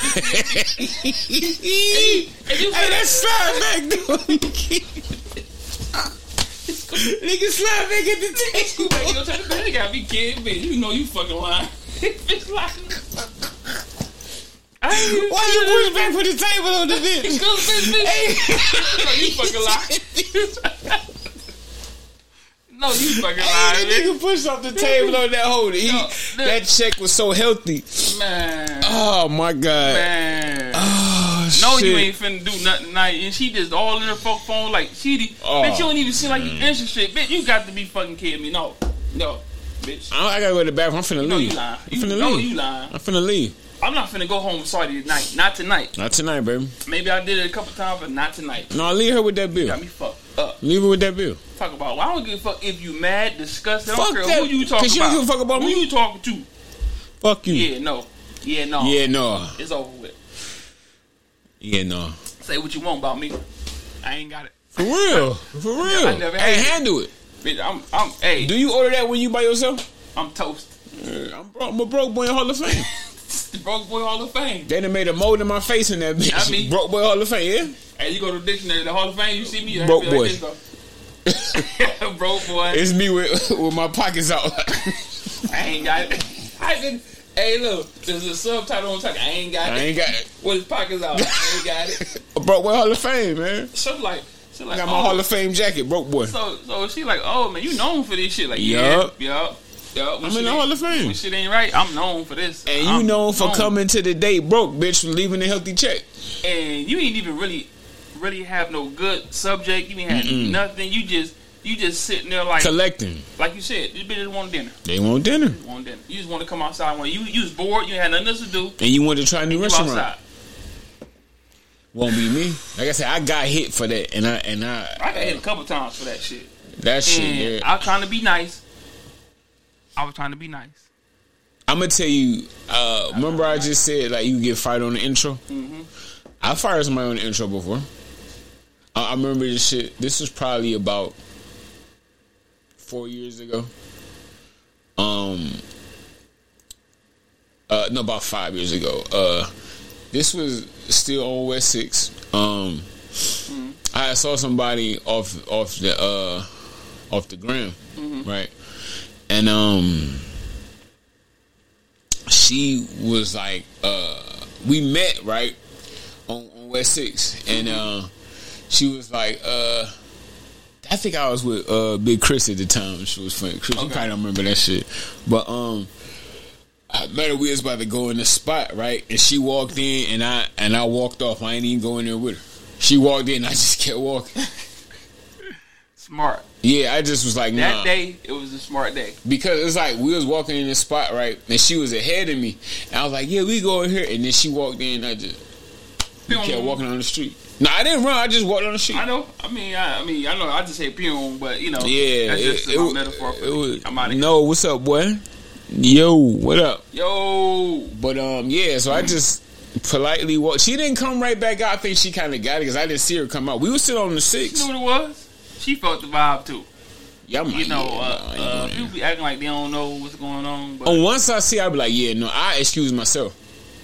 B: be.
A: hey, that slide back dude. Nigga slide back at the
B: You
A: table.
B: better go to the bed. You gotta be kidding me. You know you fucking lying. Bitch lying. I ain't even
A: Why you push back for the table on the
B: It's
A: bitch?
B: good, bitch, bitch.
A: Hey,
B: No, you fucking lying. no, you fucking
A: that
B: lying,
A: nigga pushed off the table on that holder. He,
B: No,
A: that check was so healthy.
B: bitch. man.
A: Oh my god.
B: Man.
A: Oh,
B: no,
A: shit.
B: you ain't finna do nothing tonight. And she just all in her fuck phone like she. the-
A: Oh. Mm.
B: Bitch, you don't even seem like you interested. Bitch, you got to be fucking kidding me. No, no, bitch.
A: I, I gotta go to the bathroom. I'm finna
B: No,
A: leave.
B: you lying.
A: I'm
B: You
A: Mm. finna
B: know
A: leave.
B: you lying.
A: I'm finna leave.
B: I'm not finna go home sorry tonight. Not tonight.
A: Not tonight, baby.
B: Maybe I did it a couple times, but not tonight.
A: No, I'll leave her with that bill.
B: Got me fucked up.
A: Leave her with that bill.
B: Talk about. Well, I don't give a fuck if you mad, disgusted. I don't
A: Fuck
B: care
A: that,
B: who you talking
A: 'cause
B: about.
A: you don't give a fuck about
B: who
A: me.
B: you talking to.
A: Fuck you.
B: Yeah, no. Yeah, no.
A: yeah no.
B: It's over with.
A: Yeah, no.
B: Say what you want about me. I ain't got it.
A: For real. For real.
B: I never had
A: hey,
B: it.
A: handle it.
B: Bitch, I'm, I'm, hey,
A: Do you order that when you by yourself?
B: I'm toast.
A: I'm, bro- I'm a broke boy in Hall of Fame.
B: The Broke Boy Hall of Fame.
A: they done made a mold in my face in that bitch.
B: I mean-
A: broke boy Hall of Fame, yeah?
B: Hey, you go to the dictionary, the Hall of Fame, you see me. I
A: Broke
B: feel
A: boy.
B: this, though. broke boy.
A: It's me with, with my pockets out.
B: I ain't got it. I didn't. Hey, look, there's a subtitle on top. I ain't got
A: I
B: it.
A: ain't got it.
B: With his pockets out, I ain't got it.
A: Broke boy Hall of Fame, man.
B: So like, so
A: I
B: like,
A: got my
B: oh,
A: Hall of Fame jacket, broke boy.
B: so so she like, oh man, you known for this shit. Like,
A: Yup.
B: yeah, yeah, yeah. When
A: I'm
B: shit
A: in the
B: ain't-
A: Hall of Fame.
B: When shit ain't right, I'm known for this.
A: And you
B: I'm
A: known for coming to the day broke, bitch, for leaving a healthy check.
B: and you ain't even really really have no good subject. You ain't had nothing. You just you just sitting there like
A: Collecting.
B: like you said, this bitch just want dinner.
A: They want dinner.
B: Want dinner. You just want to come outside when you you was bored, you had nothing else to do.
A: And you want to try a new
B: You
A: restaurant.
B: outside.
A: Won't be me. Like I said, I got hit for that and I and I
B: I got hit a couple times for that shit.
A: that shit,
B: And
A: yeah.
B: Mm, I was trying to be nice. I was trying to be nice.
A: I'ma tell you, uh remember I just said like you get fired on the intro? I fired somebody on the intro before. I, I remember this shit. This was probably about four years ago. Um, uh, no, about five years ago. Uh, this was still on West Six. Um, I saw somebody off off the uh off the gram, right? And um, she was like, uh, we met right on, on West Six, and
B: Mm-hmm.
A: uh, she was like, uh, I think I was with uh, Big Chris at the time. She was funny. Chris, you
B: Okay.
A: probably don't remember that shit, but um. I met her. We was about to go in the spot, right? And she walked in, and I and I walked off. I ain't even going there with her. She walked in. I just kept walking.
B: Smart.
A: Yeah, I just was like, nah.
B: That day it was a smart day.
A: because it's like we was walking in this spot, right? And she was ahead of me. And I was like, yeah, we go in here. And then she walked in. And I just kept walking on the street. No, I didn't run. I just walked on the street.
B: I know. I mean, I, I mean, I know. I just say peon, but you know,
A: Yeah,
B: that's just
A: it, it,
B: my
A: wa-
B: metaphor. For
A: it was.
B: I'm out of
A: no, what's up, boy? Yo, what up?
B: Yo,
A: But um, yeah. So I just politely walked. She didn't come right back out. I think she kind of got it because I didn't see her come out. We was still on the
B: you
A: six.
B: know what it was? She felt the vibe too.
A: Yeah, I'm
B: You
A: like,
B: know,
A: yeah, no,
B: uh,
A: I
B: uh,
A: ain't Oh. going
B: people be acting like they don't know what's going on, but
A: there. And once I see, I be like, yeah, no, I excuse myself.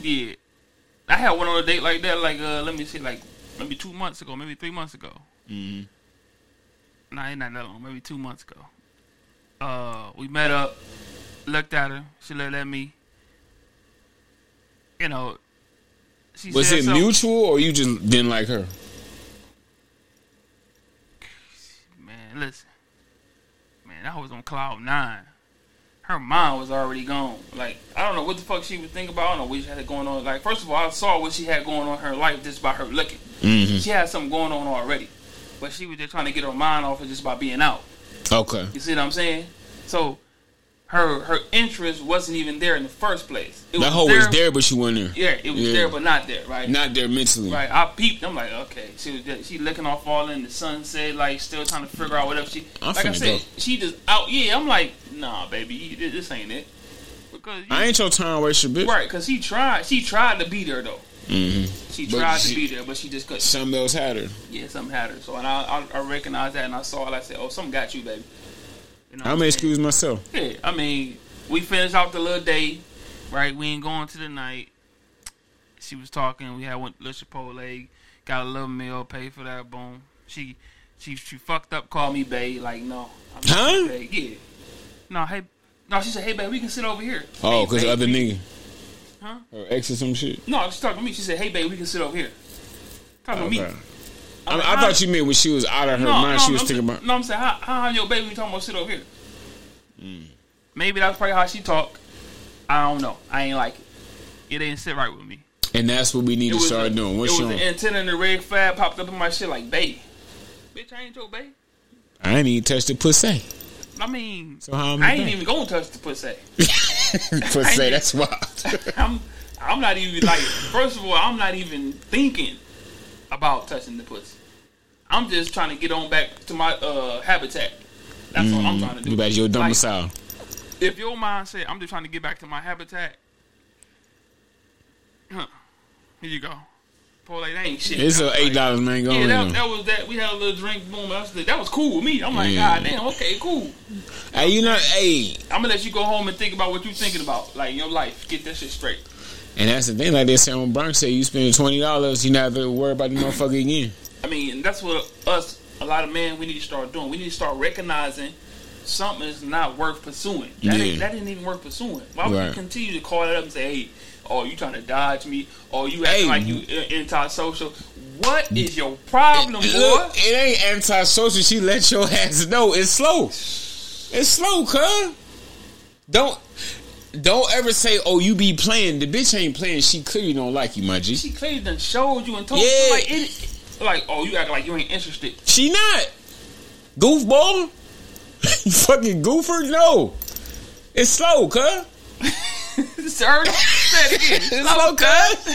B: yeah. I had one on a date like that, like uh, let me see, like maybe two months ago, maybe three months ago. Mm-hmm. Nah, ain't not that long. Maybe two months ago. Uh, we met up, looked at her. She looked at me. You know, she
A: Was
B: said
A: it
B: something-
A: mutual or you just didn't like her?
B: Man, listen. Man, I was on cloud nine. Her mind was already gone. Like, I don't know what the fuck she was thinking about. I don't know what she had going on. Like, first of all, I saw what she had going on in her life just by her looking.
A: Mm-hmm.
B: She had something going on already. But she was just trying to get her mind off of just by being out.
A: Okay.
B: You see what I'm saying? So, her her interest wasn't even there in the first place. It
A: That hoe was there, but she wasn't there.
B: Yeah, it was
A: Yeah.
B: there, but not there, right?
A: Not there mentally.
B: Right, I peeped. I'm like, okay, she was just, she looking off all in the sunset, like still trying to figure out what up she.
A: I'm
B: like I
A: finna
B: said,
A: go.
B: she just out. Yeah, I'm like, nah, baby, you- this, this ain't it. Because you,
A: I ain't your time waster, bitch.
B: right, because she tried. She tried to be there though.
A: Mhm.
B: She
A: But
B: tried
A: she-
B: to be there, but she just couldn't.
A: Something else had her.
B: Yeah, something had her. So and I, I, I recognized that, and I saw it. I said, oh, something got you, baby. You know
A: I'm gonna
B: what saying?
A: excuse myself.
B: Yeah, I mean, we finished out the little day, right? We ain't going to the night. She was talking. We had one little Chipotle, got a little meal, paid for that. Boom. She, she, she fucked up. Called me, babe. Like, no, I'm not
A: Huh?
B: your babe. Yeah. No, hey, no. She said, hey, babe, we can sit over here.
A: Oh,
B: Hey,
A: because
B: babe,
A: other
B: we-
A: nigga.
B: Huh?
A: Her ex or some shit.
B: No, she talking to me. She said, hey, babe, we can sit over here. Talking to me.
A: Okay. I, I thought you meant when she was out of her mind, she was
B: I'm
A: thinking
B: sa-
A: about.
B: No, I'm saying how how how your baby talking about shit over here.
A: Hmm.
B: Maybe that's probably how she talk. I don't know. I ain't like it. It didn't sit right with me.
A: And that's what we need
B: It
A: to start
B: a-
A: doing.
B: It
A: What's
B: was
A: wrong?
B: an antenna and the red flag popped up in my shit like, babe. Bitch, I ain't your babe.
A: I ain't even touched the pussy.
B: I mean,
A: So how am
B: I
A: I?
B: ain't
A: back?
B: even gonna touch the pussy.
A: pussy. That's wild.
B: I'm I'm not even like. First of all, I'm not even thinking about touching the pussy. I'm just trying to get on back to my uh, habitat. That's all I'm trying to
A: Hmm.
B: do.
A: you better your
B: Like,
A: domicile.
B: if your mind said, I'm just trying to get back to my habitat, huh, here you go. Paul, that ain't shit.
A: It's
B: That
A: a
B: was
A: eight
B: like-
A: dollars man. Go
B: Yeah,
A: in
B: that,
A: there.
B: that was that. We had a little drink, boom. That was, the- that was cool with me. I'm like,
A: Yeah.
B: God damn, okay, cool.
A: Hey, you know, hey,
B: I'm gonna let you go home and think about what you're thinking about, like your life. Get that shit straight.
A: and that's the thing. Like they say on Bronx, say you spend twenty dollars, you not have to worry about the motherfucker again.
B: I mean, and that's what us, a lot of men, we need to start doing. We need to start recognizing something is not worth pursuing. That,
A: Yeah.
B: ain't, that isn't even worth pursuing. Why would you
A: Right.
B: continue to call that up and say, "Hey, oh, you trying to dodge me? Oh, you acting
A: Hey.
B: like you a- antisocial? What is your problem, boy?"
A: Look, it ain't antisocial. She let your ass know it's slow. It's slow, cuz. Don't don't ever say, "Oh, you be playing." The bitch ain't playing. She clearly don't like you, my G.
B: She clearly done showed you and told
A: Yeah.
B: you like it. Like, oh, you act like you ain't interested.
A: She not goofball. you fucking goofer. No, it's slow, cuz.
B: Sir, said it again.
A: It's slow, cuz.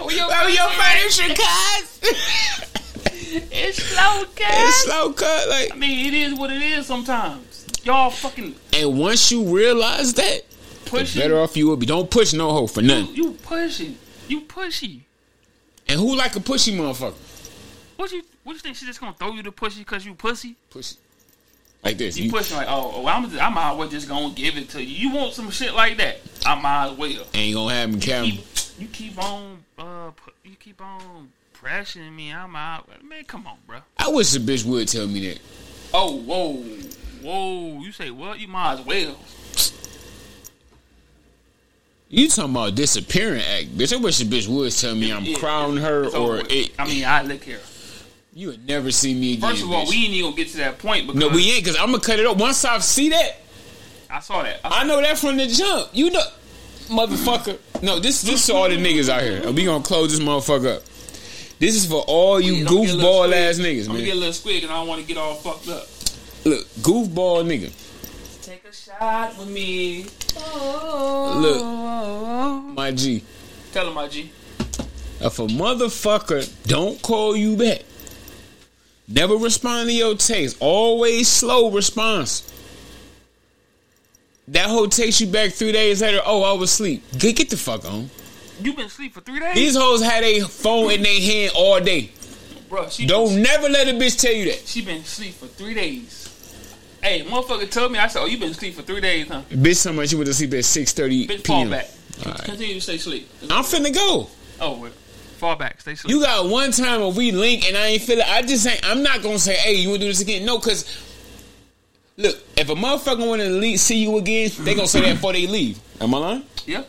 B: Where your
A: Blow your
B: furniture?
A: furniture, cuz.
B: It's slow,
A: It's
B: guys.
A: slow, cuz. Like,
B: I mean, it is what it is. Sometimes y'all fucking
A: and once you realize that, the
B: pushing.
A: better off you will be. Don't push no hoe for nothing.
B: You pushing. You pushy.
A: And who like a pushy motherfucker?
B: What you what you think she just gonna throw you the pussy because you pussy?
A: Push like this.
B: You
A: You-
B: pushing like oh, oh I'm just, I might as well just gonna give it to you. You want some shit like that? I might as well.
A: ain't gonna happen, Cam.
B: Keep, you keep on uh pu- you keep on pressuring me. I'm out. Man, come on, bro.
A: I wish the bitch would tell me that.
B: Oh whoa whoa. You say what? You might as well.
A: You talking about disappearing act, bitch? I wish the bitch would tell me I'm
B: Yeah,
A: crowning her
B: It's
A: or
B: over with.
A: it.
B: I mean, I look here.
A: You would never see me again.
B: First of all,
A: bitch.
B: we ain't even gonna get to that point because
A: no, we ain't. Cause I'm gonna cut it up. Once I see that,
B: I saw that. I,
A: I know that from the jump. You know, motherfucker. No, this this to all the niggas out here. And We gonna close this motherfucker up. This is for all you
B: I'm gonna get a little
A: goofball
B: squig.
A: ass niggas,
B: I'm gonna get a
A: man.
B: little squig, and I don't want to get all fucked up.
A: Look, goofball nigga.
B: Take a shot with me.
A: Look. My G.
B: Tell him, my G.
A: If a motherfucker don't call you back, never respond to your text, always slow response. That hoe takes you back three days later. Oh, I was asleep. Get, get the fuck on.
B: You been asleep for three days,
A: These hoes had a phone in their hand all day.
B: bro. She
A: Don't never let a bitch tell you that.
B: She been asleep for three days. Hey, motherfucker, told me. I said, "Oh, you been asleep for three days, huh?"
A: Bitch, so much you went to sleep at six thirty
B: Bitch, fall
A: p.m.
B: back.
A: All right.
B: Continue to stay asleep.
A: I'm finna go.
B: Oh, well. fall back. Stay asleep.
A: You got one time when we link and I ain't feel it. I just ain't. I'm not gonna say, "Hey, you wanna do this again?" No, cause look, if a motherfucker wanna leave, see you again, they gonna say that before they leave. Am I lying?
B: yeah,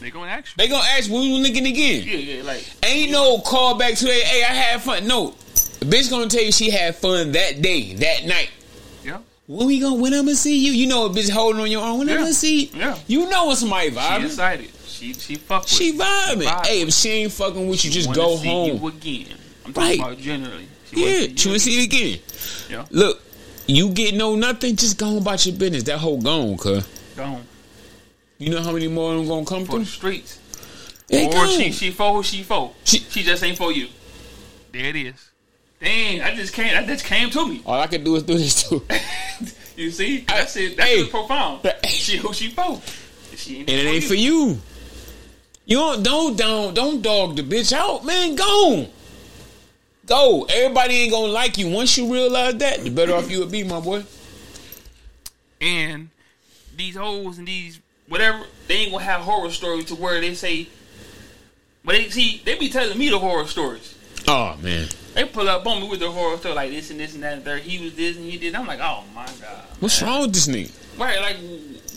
B: they gonna ask you.
A: They gonna ask, "When you linking again?"
B: Yeah, yeah, like
A: Ain't no call back today. Hey, I had fun. No, the bitch gonna tell you she had fun that day, that night.
B: yeah.
A: When we gonna? When I'm gonna see you? You know a bitch holding on your arm. When I'm
B: Yeah.
A: gonna see?
B: Yeah.
A: You know when somebody
B: She
A: vibing?
B: excited. She she fuck with.
A: She
B: you.
A: vibing.
B: She vibing.
A: Hey, if she ain't fucking with you, just
B: Wanna
A: go
B: see
A: home.
B: You again. I'm talking
A: Right.
B: about generally. She wanna
A: Yeah, she wanna
B: you
A: see it again.
B: again. Yeah,
A: Look, you get no nothing, just go on about your business. That whole gone, cuz.
B: go home
A: You know how many more of them gonna come
B: for
A: through?
B: the streets.
A: They
B: or
A: gone.
B: she she for who she for. She,
A: She-
B: just ain't for you. There it is. Dang, I just came. That just came to me.
A: All I can do is do this too. and
B: You see, that's it. That's
A: Hey.
B: just profound.
A: But-
B: She who she for. She ain't
A: it ain't for you. You don't don't don't don't dog the bitch out, man. Go. Go. Everybody ain't gonna like you. Once you realize that, the better off you would be, my boy.
B: And these hoes and these whatever, they ain't gonna have horror stories to where they say. But they see, they be telling me the horror stories.
A: Oh man.
B: They pull up on me with the horror story like this and this and that and there. He was this and he did. I'm like, oh my god.
A: What's wrong with this nigga?
B: Right, like,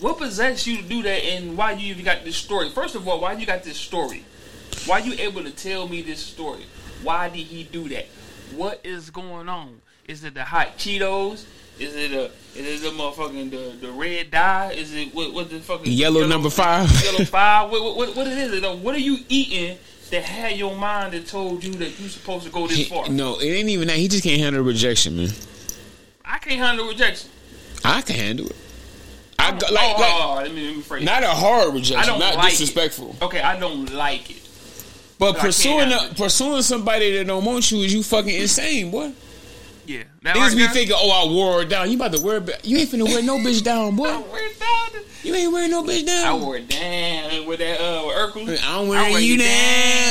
B: what possessed you to do that, and why you even got this story? First of all, why you got this story? Why you able to tell me this story? Why did he do that? What is going on? Is it the hot Cheetos? Is it a? Is it the motherfucking the, the red dye? Is it what? What the fucking
A: Yellow, number five.
B: Yellow five? What, what, what, what it is? It, uh, What are you eating that had your mind that told you that you supposed to go this
A: He-
B: far?
A: no, it ain't even that. He just can't handle rejection, man.
B: I can't handle rejection.
A: I can handle it. I go, like,
B: oh,
A: like
B: oh, oh, let me let me phrase.
A: not a hard
B: I
A: rejection,
B: don't
A: not
B: like it.
A: disrespectful.
B: Okay, I don't like it.
A: But
B: But I
A: pursuing
B: can't
A: a,
B: have it.
A: pursuing somebody that don't want you is you fucking insane, boy.
B: Yeah, that
A: Niggas
B: right
A: be
B: there-
A: thinking, oh, I wore her down. You about to wear? ba- You ain't finna wear no bitch down,
B: I
A: boy.
B: wore it down.
A: You ain't wearing no bitch
B: I
A: down.
B: wore it down with that uh with Urkel.
A: I'm
B: I
A: wearing
B: wear
A: you
B: you
A: down.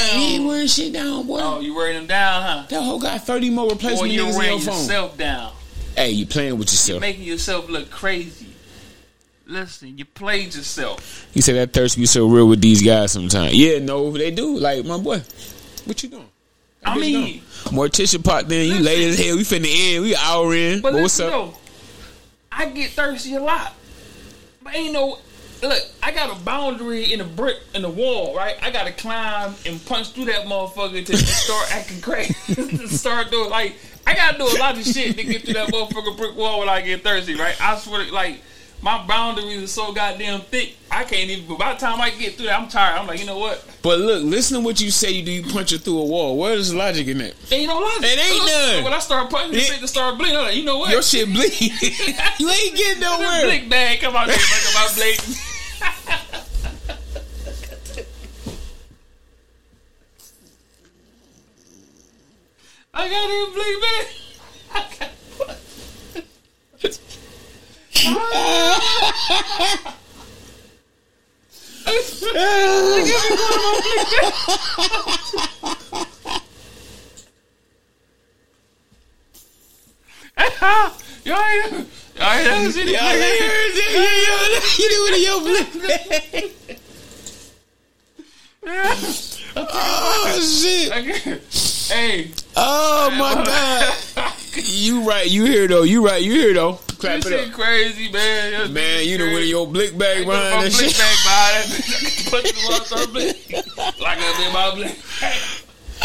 B: down.
A: You ain't wearing shit down, boy.
B: Oh, you wearing them down,
A: That whole got thirty more
B: huh? Or
A: replacement
B: you
A: niggas in your
B: wearing
A: phone.
B: yourself down,
A: Hey, you playing with yourself?
B: making yourself look crazy. Listen, you played yourself.
A: You said that thirst be so real with these guys sometimes. Yeah, no, they do. Like my boy, what you doing?
B: I
A: Bitch,
B: mean,
A: no. Morticia Pot. Then you late as hell. We finna end. We hour in.
B: but
A: But what's
B: listen
A: up?
B: though, I I get thirsty a lot. But ain't no look, I got a boundary in a brick in the wall, right? I gotta climb and punch through that motherfucker to start acting crazy. to start doing like I gotta do a lot of shit to get through that motherfucker brick wall when I get thirsty, right? I swear to like my boundaries are so goddamn thick, I can't even. By the time I get through that, I'm tired. I'm like, you know what?
A: But look, listen to what you say. You do you punch it through a wall? Where is the logic in that?
B: Ain't no logic.
A: It ain't
B: Look,
A: none.
B: When I start punching,
A: It-
B: it, shit start bleeding. I'm like, you know what?
A: Your shit bleed. you ain't getting
B: This
A: nowhere.
B: Blick bag come out there fucking my blade. I got him blick bag. Y'all ain't, y'all ain't never seen
A: Y'all ain't
B: this blick.
A: heard that. You do it in your blick. Oh shit!
B: hey,
A: Oh my god! You right. You here though. You right. You here though. Clap
B: this
A: it
B: shit
A: up,
B: crazy, man. This
A: man.
B: shit
A: You done
B: crazy.
A: with your blick bag behind
B: Put my
A: that
B: blick
A: shit.
B: back behind that bitch. Put the one third blick. Like I did my blick.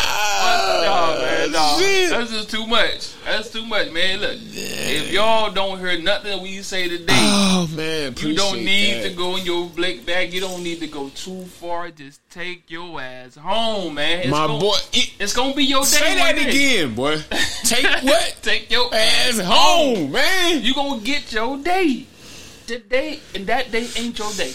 A: Oh,
B: No, man, no.
A: shit.
B: That's just too much. That's too much, man. Look, if y'all don't hear nothing we say today,
A: Oh man,
B: you don't
A: appreciate
B: need
A: that.
B: to go in your blick bag. You don't need to go too far. Just take your ass home, man. It's
A: My
B: gonna,
A: boy, it-
B: It's gonna be your day.
A: say that
B: one day.
A: again, boy. Take what
B: Take your ass
A: ass home, man.
B: You gonna get your day. Today and that day ain't your day.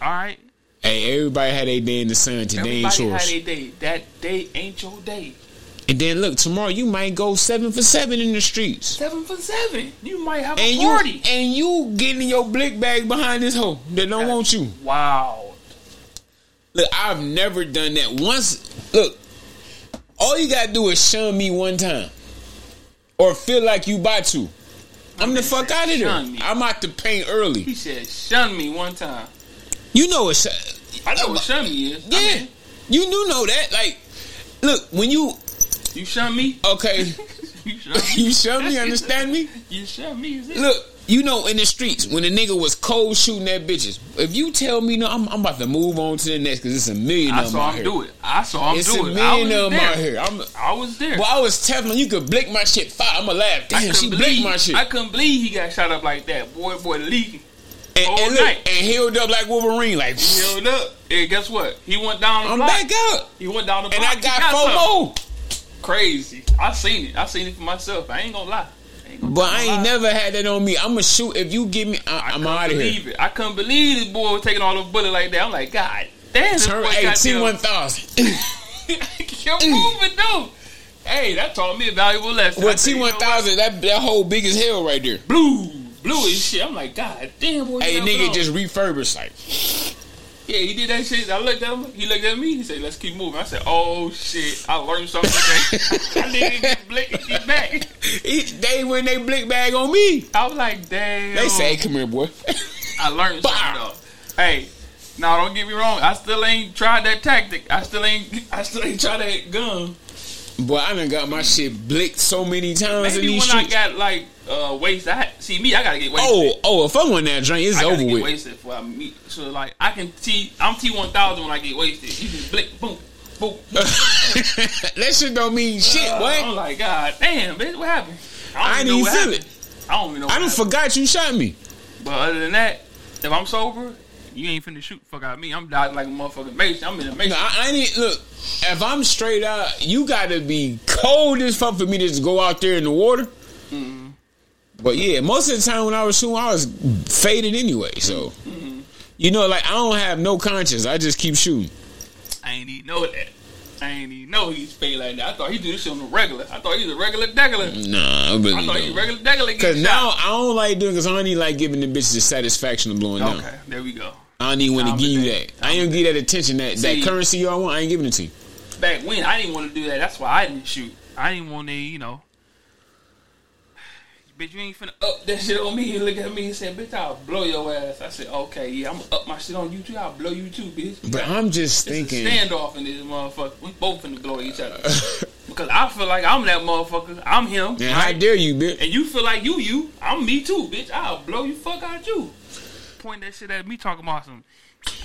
B: All right.
A: Hey, everybody had their day in the sun. Today ain't
B: Everybody had
A: yours.
B: a day. That day ain't your day.
A: And then look, tomorrow you might go seven for seven in the streets.
B: Seven for seven. You might have
A: And
B: a
A: you
B: party.
A: and you getting your blick bag behind this hoe that don't want you.
B: Wow.
A: Look, I've never done that. Once, look, all you gotta do is shun me one time, or feel like you about to. I'm the fuck out of there.
B: Shun me.
A: I'm out the paint
B: He
A: early.
B: said, "Shun me one time."
A: You know it's uh,
B: I know what shun me is. I
A: yeah.
B: mean,
A: you do know that. Like, look, when you
B: you shun me.
A: okay,
B: You shun me.
A: you shun me. Understand me?
B: You shun me. Is it?
A: Look, you know, in the streets when the nigga was cold shooting at bitches. If you tell me no, I'm, I'm about to move on to the next because it's a million.
B: I
A: of 'em
B: saw
A: out
B: him
A: here.
B: do it. I saw him
A: It's
B: do
A: a
B: it. I was
A: million of 'em
B: there.
A: out here. I'm,
B: I was there.
A: Well, I was Teflon. You could blink my shit fire. I'ma laugh.
B: I
A: Damn,
B: couldn't
A: she blinked
B: believe
A: my shit.
B: I couldn't believe he got shot up like that. Boy, boy, leaking.
A: and,
B: all
A: and look,
B: night.
A: and healed up like Wolverine. Like
B: Yo, look. Hey, guess what? He went down the
A: I'm
B: block.
A: back out,
B: He went down the block.
A: and I
B: He
A: got,
B: something.
A: four more.
B: Crazy. I seen it. I seen it for myself. I ain't gonna lie. I ain't gonna
A: But
B: lie.
A: I ain't never had that on me. I'ma shoot if you give me. I, I'm
B: couldn't
A: out of here.
B: believe it. I couldn't believe this boy was taking all those bullets like that. I'm like, God damn. this
A: Turn
B: boy
A: hey,
B: got
A: T
B: them-
A: one thousand.
B: You're moving though. Hey, that taught me a valuable lesson. I
A: Well,
B: said,
A: T
B: you know
A: one thousand. That that whole big as hell right there.
B: what? blue, blue as shit. I'm like, God damn, boy. you
A: Hey,
B: never
A: nigga,
B: know."
A: just refurbished like.
B: yeah, he did that shit. I looked at him. He looked at me. He said, "Let's keep moving." I said, "Oh shit, I learned something today." I didn't get blinked and get back.
A: He- they when they blick bag on me.
B: I was like, "Damn."
A: They say, "Come here, boy."
B: I learned
A: Bow.
B: something though. Hey, now don't get me wrong. I still ain't tried that tactic. I still ain't. I still ain't tried that gun.
A: Boy, I done got my shit blicked so many times in
B: Maybe when
A: these
B: I
A: streets.
B: got like uh, waist, I see me. I gotta get wasted.
A: Oh, oh! If I'm on that drink, it's
B: I gotta
A: over
B: get
A: with.
B: wasted before I meet. So like, I can T. I'm T one thousand when I get wasted. You just blink, boom, boom. Uh,
A: that shit don't mean shit,
B: I'm
A: what?
B: like, God damn, bitch, what happened?
A: I
B: know
A: didn't even
B: what
A: feel it.
B: happened. I don't even know.
A: I
B: what
A: done
B: happened.
A: forgot you shot me.
B: But other than that, if I'm sober, you ain't finna shoot the fuck out of me. I'm dodging like a motherfucking mason. I'm in a mason.
A: No, I, I didn't look. If I'm straight out, you gotta be cold as fuck for me to just go out there in the water. Mm-hmm. But yeah, most of the time when I was shooting, I was faded anyway. So you know, like I don't have no conscience. I just keep shooting.
B: I ain't even know that. I ain't even know he's paid like that. I thought he do this shit on the regular. I thought he's a regular degular.
A: Nah, I
B: I
A: really
B: thought he
A: don't.
B: regular degular.
A: Cause
B: getting
A: now
B: shot.
A: I don't like doing. Cause I only like giving the bitches the satisfaction of blowing down.
B: okay, there we go.
A: I don't even want
B: I'm
A: to give you
B: with
A: that. I ain't gonna give that attention. That that
B: See-
A: currency y'all want, I ain't giving it to you.
B: Back when I didn't want to do that. That's why I didn't shoot. I didn't want to, you know. Bitch, you ain't finna up that shit on me. He look at me and said, "Bitch, I'll blow your ass." I said, "Okay, yeah, I'm gonna up my shit on you too. I'll blow you too, bitch."
A: But I'm just
B: It's a
A: thinking.
B: standoff in this motherfucker. We both finna blow each other because Cause I feel like I'm that motherfucker. I'm him.
A: And how dare you, bitch?
B: And you feel like you you. I'm me too, bitch. I'll blow you fuck out you.
C: Point that shit at me talking about some.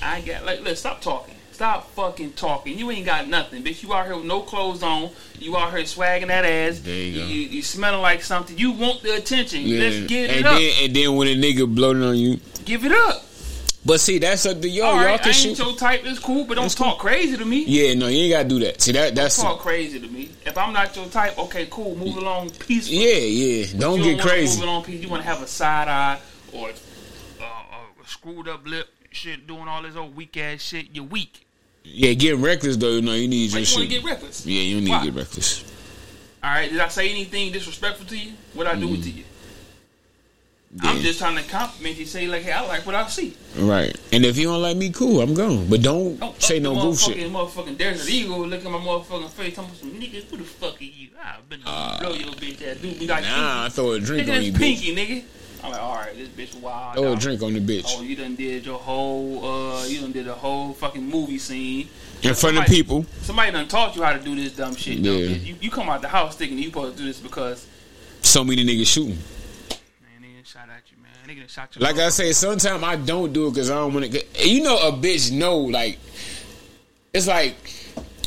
B: I ain't got like look, stop talking. Stop fucking talking. You ain't got nothing, bitch. You out here with no clothes on. You out here swagging that ass.
A: There you go.
B: You, you smelling like something. You want the attention.
A: Yeah.
B: Let's get
A: and
B: it up.
A: then and then when a nigga bloating on you,
B: Give it up.
A: but see that's up to Oh, y'all.
B: All
A: all
B: right,
A: y'all
B: I
A: can
B: ain't
A: shoot.
B: your type. It's cool, but don't
A: It's
B: talk crazy to me.
A: yeah, no, you ain't gotta do that. See that that's
B: Talk crazy to me. If I'm not your type, okay, cool. Move along peacefully.
A: yeah, yeah. Don't
B: You
A: get
B: wanna
A: crazy.
B: Move along peacefully. You want to have a side eye or
C: uh, uh, screwed up lip shit, doing all this old weak ass shit. You're weak.
A: Yeah, getting reckless though. You know you need
B: But
A: your
B: you want to
A: shit.
B: get reckless.
A: yeah, you need
B: Why?
A: to get reckless.
B: All right. Did I say anything disrespectful to you? What I do to you? I'm
A: Mm-hmm. Yeah.
B: just trying to compliment you. Say like, hey, I like what I see.
A: Right. And if you don't like me, cool. I'm gone. But don't,
B: Don't
A: say
B: up
A: no
B: Oh, the
A: bullshit.
B: motherfucking motherfucking desert eagle. Look at my motherfucking face. Talking about some niggas. Who the fuck are you? I've been blow your bitch ass. Dude, we got
A: Ah. Nah, I throw a drink
B: Nigga,
A: on you,
B: that's
A: bitch.
B: pinky, nigga. I'm like, all right, this bitch wild.
A: Throw a
B: dog.
A: drink on the
B: Oh,
A: bitch
B: you done did your whole, uh, you done did a whole fucking movie scene.
A: in front of
B: somebody-
A: people.
B: Somebody done taught you how to do this dumb shit. though,
A: Yeah.
B: bitch. You, you come out the house thinking you supposed to do this because
A: So many niggas shooting.
C: Man, they done shot at you, man. They done shot you.
A: Like I say, sometimes I don't do it because I don't want to. You know, a bitch know like it's like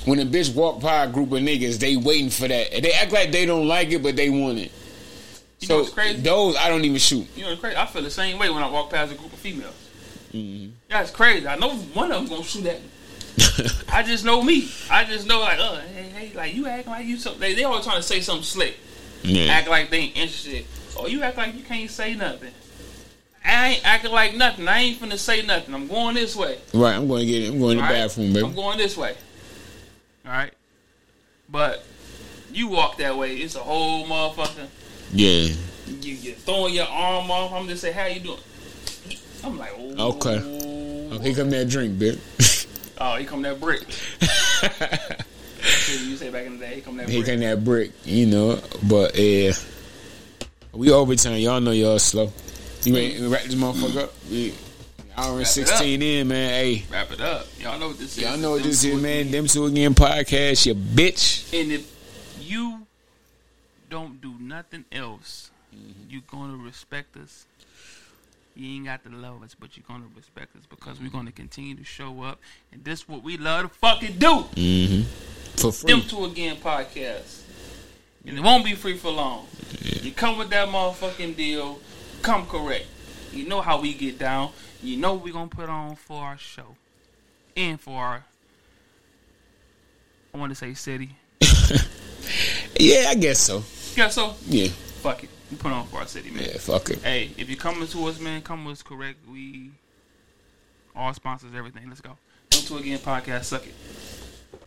A: when a bitch walk by a group of niggas, they waiting for that. And They act like they don't like it, but they want it.
B: you know
A: So
B: what's crazy.
A: those I don't even shoot.
B: You know what's crazy? I feel the same way when I walk past a group of females.
A: Mm-hmm.
B: That's crazy. I know one of them gonna shoot at me. I just know me. I just know like, uh, hey, hey, like you acting like you so. They, they always trying to say something slick.
A: Yeah,
B: act like they ain't interested. Or you act like you can't say nothing. I ain't acting like nothing. I ain't finna say nothing. I'm going this way.
A: right. I'm going to get it. I'm going to the
B: right?
A: bathroom,
B: I'm
A: baby.
B: going this way.
C: all right.
B: But you walk that way, it's a whole motherfucker.
A: Yeah,
B: You, you're throwing your arm off. I'm just say, how you doing? I'm like, oh,
A: Okay. oh, here come that drink, bitch.
B: Oh, here come that brick. Shit, you say back in the day, here come that
A: Here
B: brick.
A: came that brick, you know. But yeah, we overtime. Y'all know y'all slow. You ready to wrap this motherfucker up? We hour and
B: it up.
A: sixteen in, man. Hey,
B: Wrap it up. Y'all know what this is.
A: y'all know what
B: Them
A: this
B: two
A: is, man. Them two again podcast. You bitch.
C: And if you don't do nothing else, you gonna respect us. You ain't got to love us, but you're gonna respect us because we're gonna continue to show up, and this what we love to fucking do.
A: For free.
B: Them Two Again podcast. And it won't be free for long. You come with that motherfucking deal, come correct. You know how we get down.
C: You know what we gonna put on for our show and for our I wanna say city.
A: Yeah, I guess so.
B: Yeah, so
A: Yeah,
B: fuck it. We put on for our city, man.
A: yeah. Fuck it.
C: Hey, if you're coming to us, man, come with us correct. We all sponsors everything. Let's go.
B: Them Two Again podcast, suck it.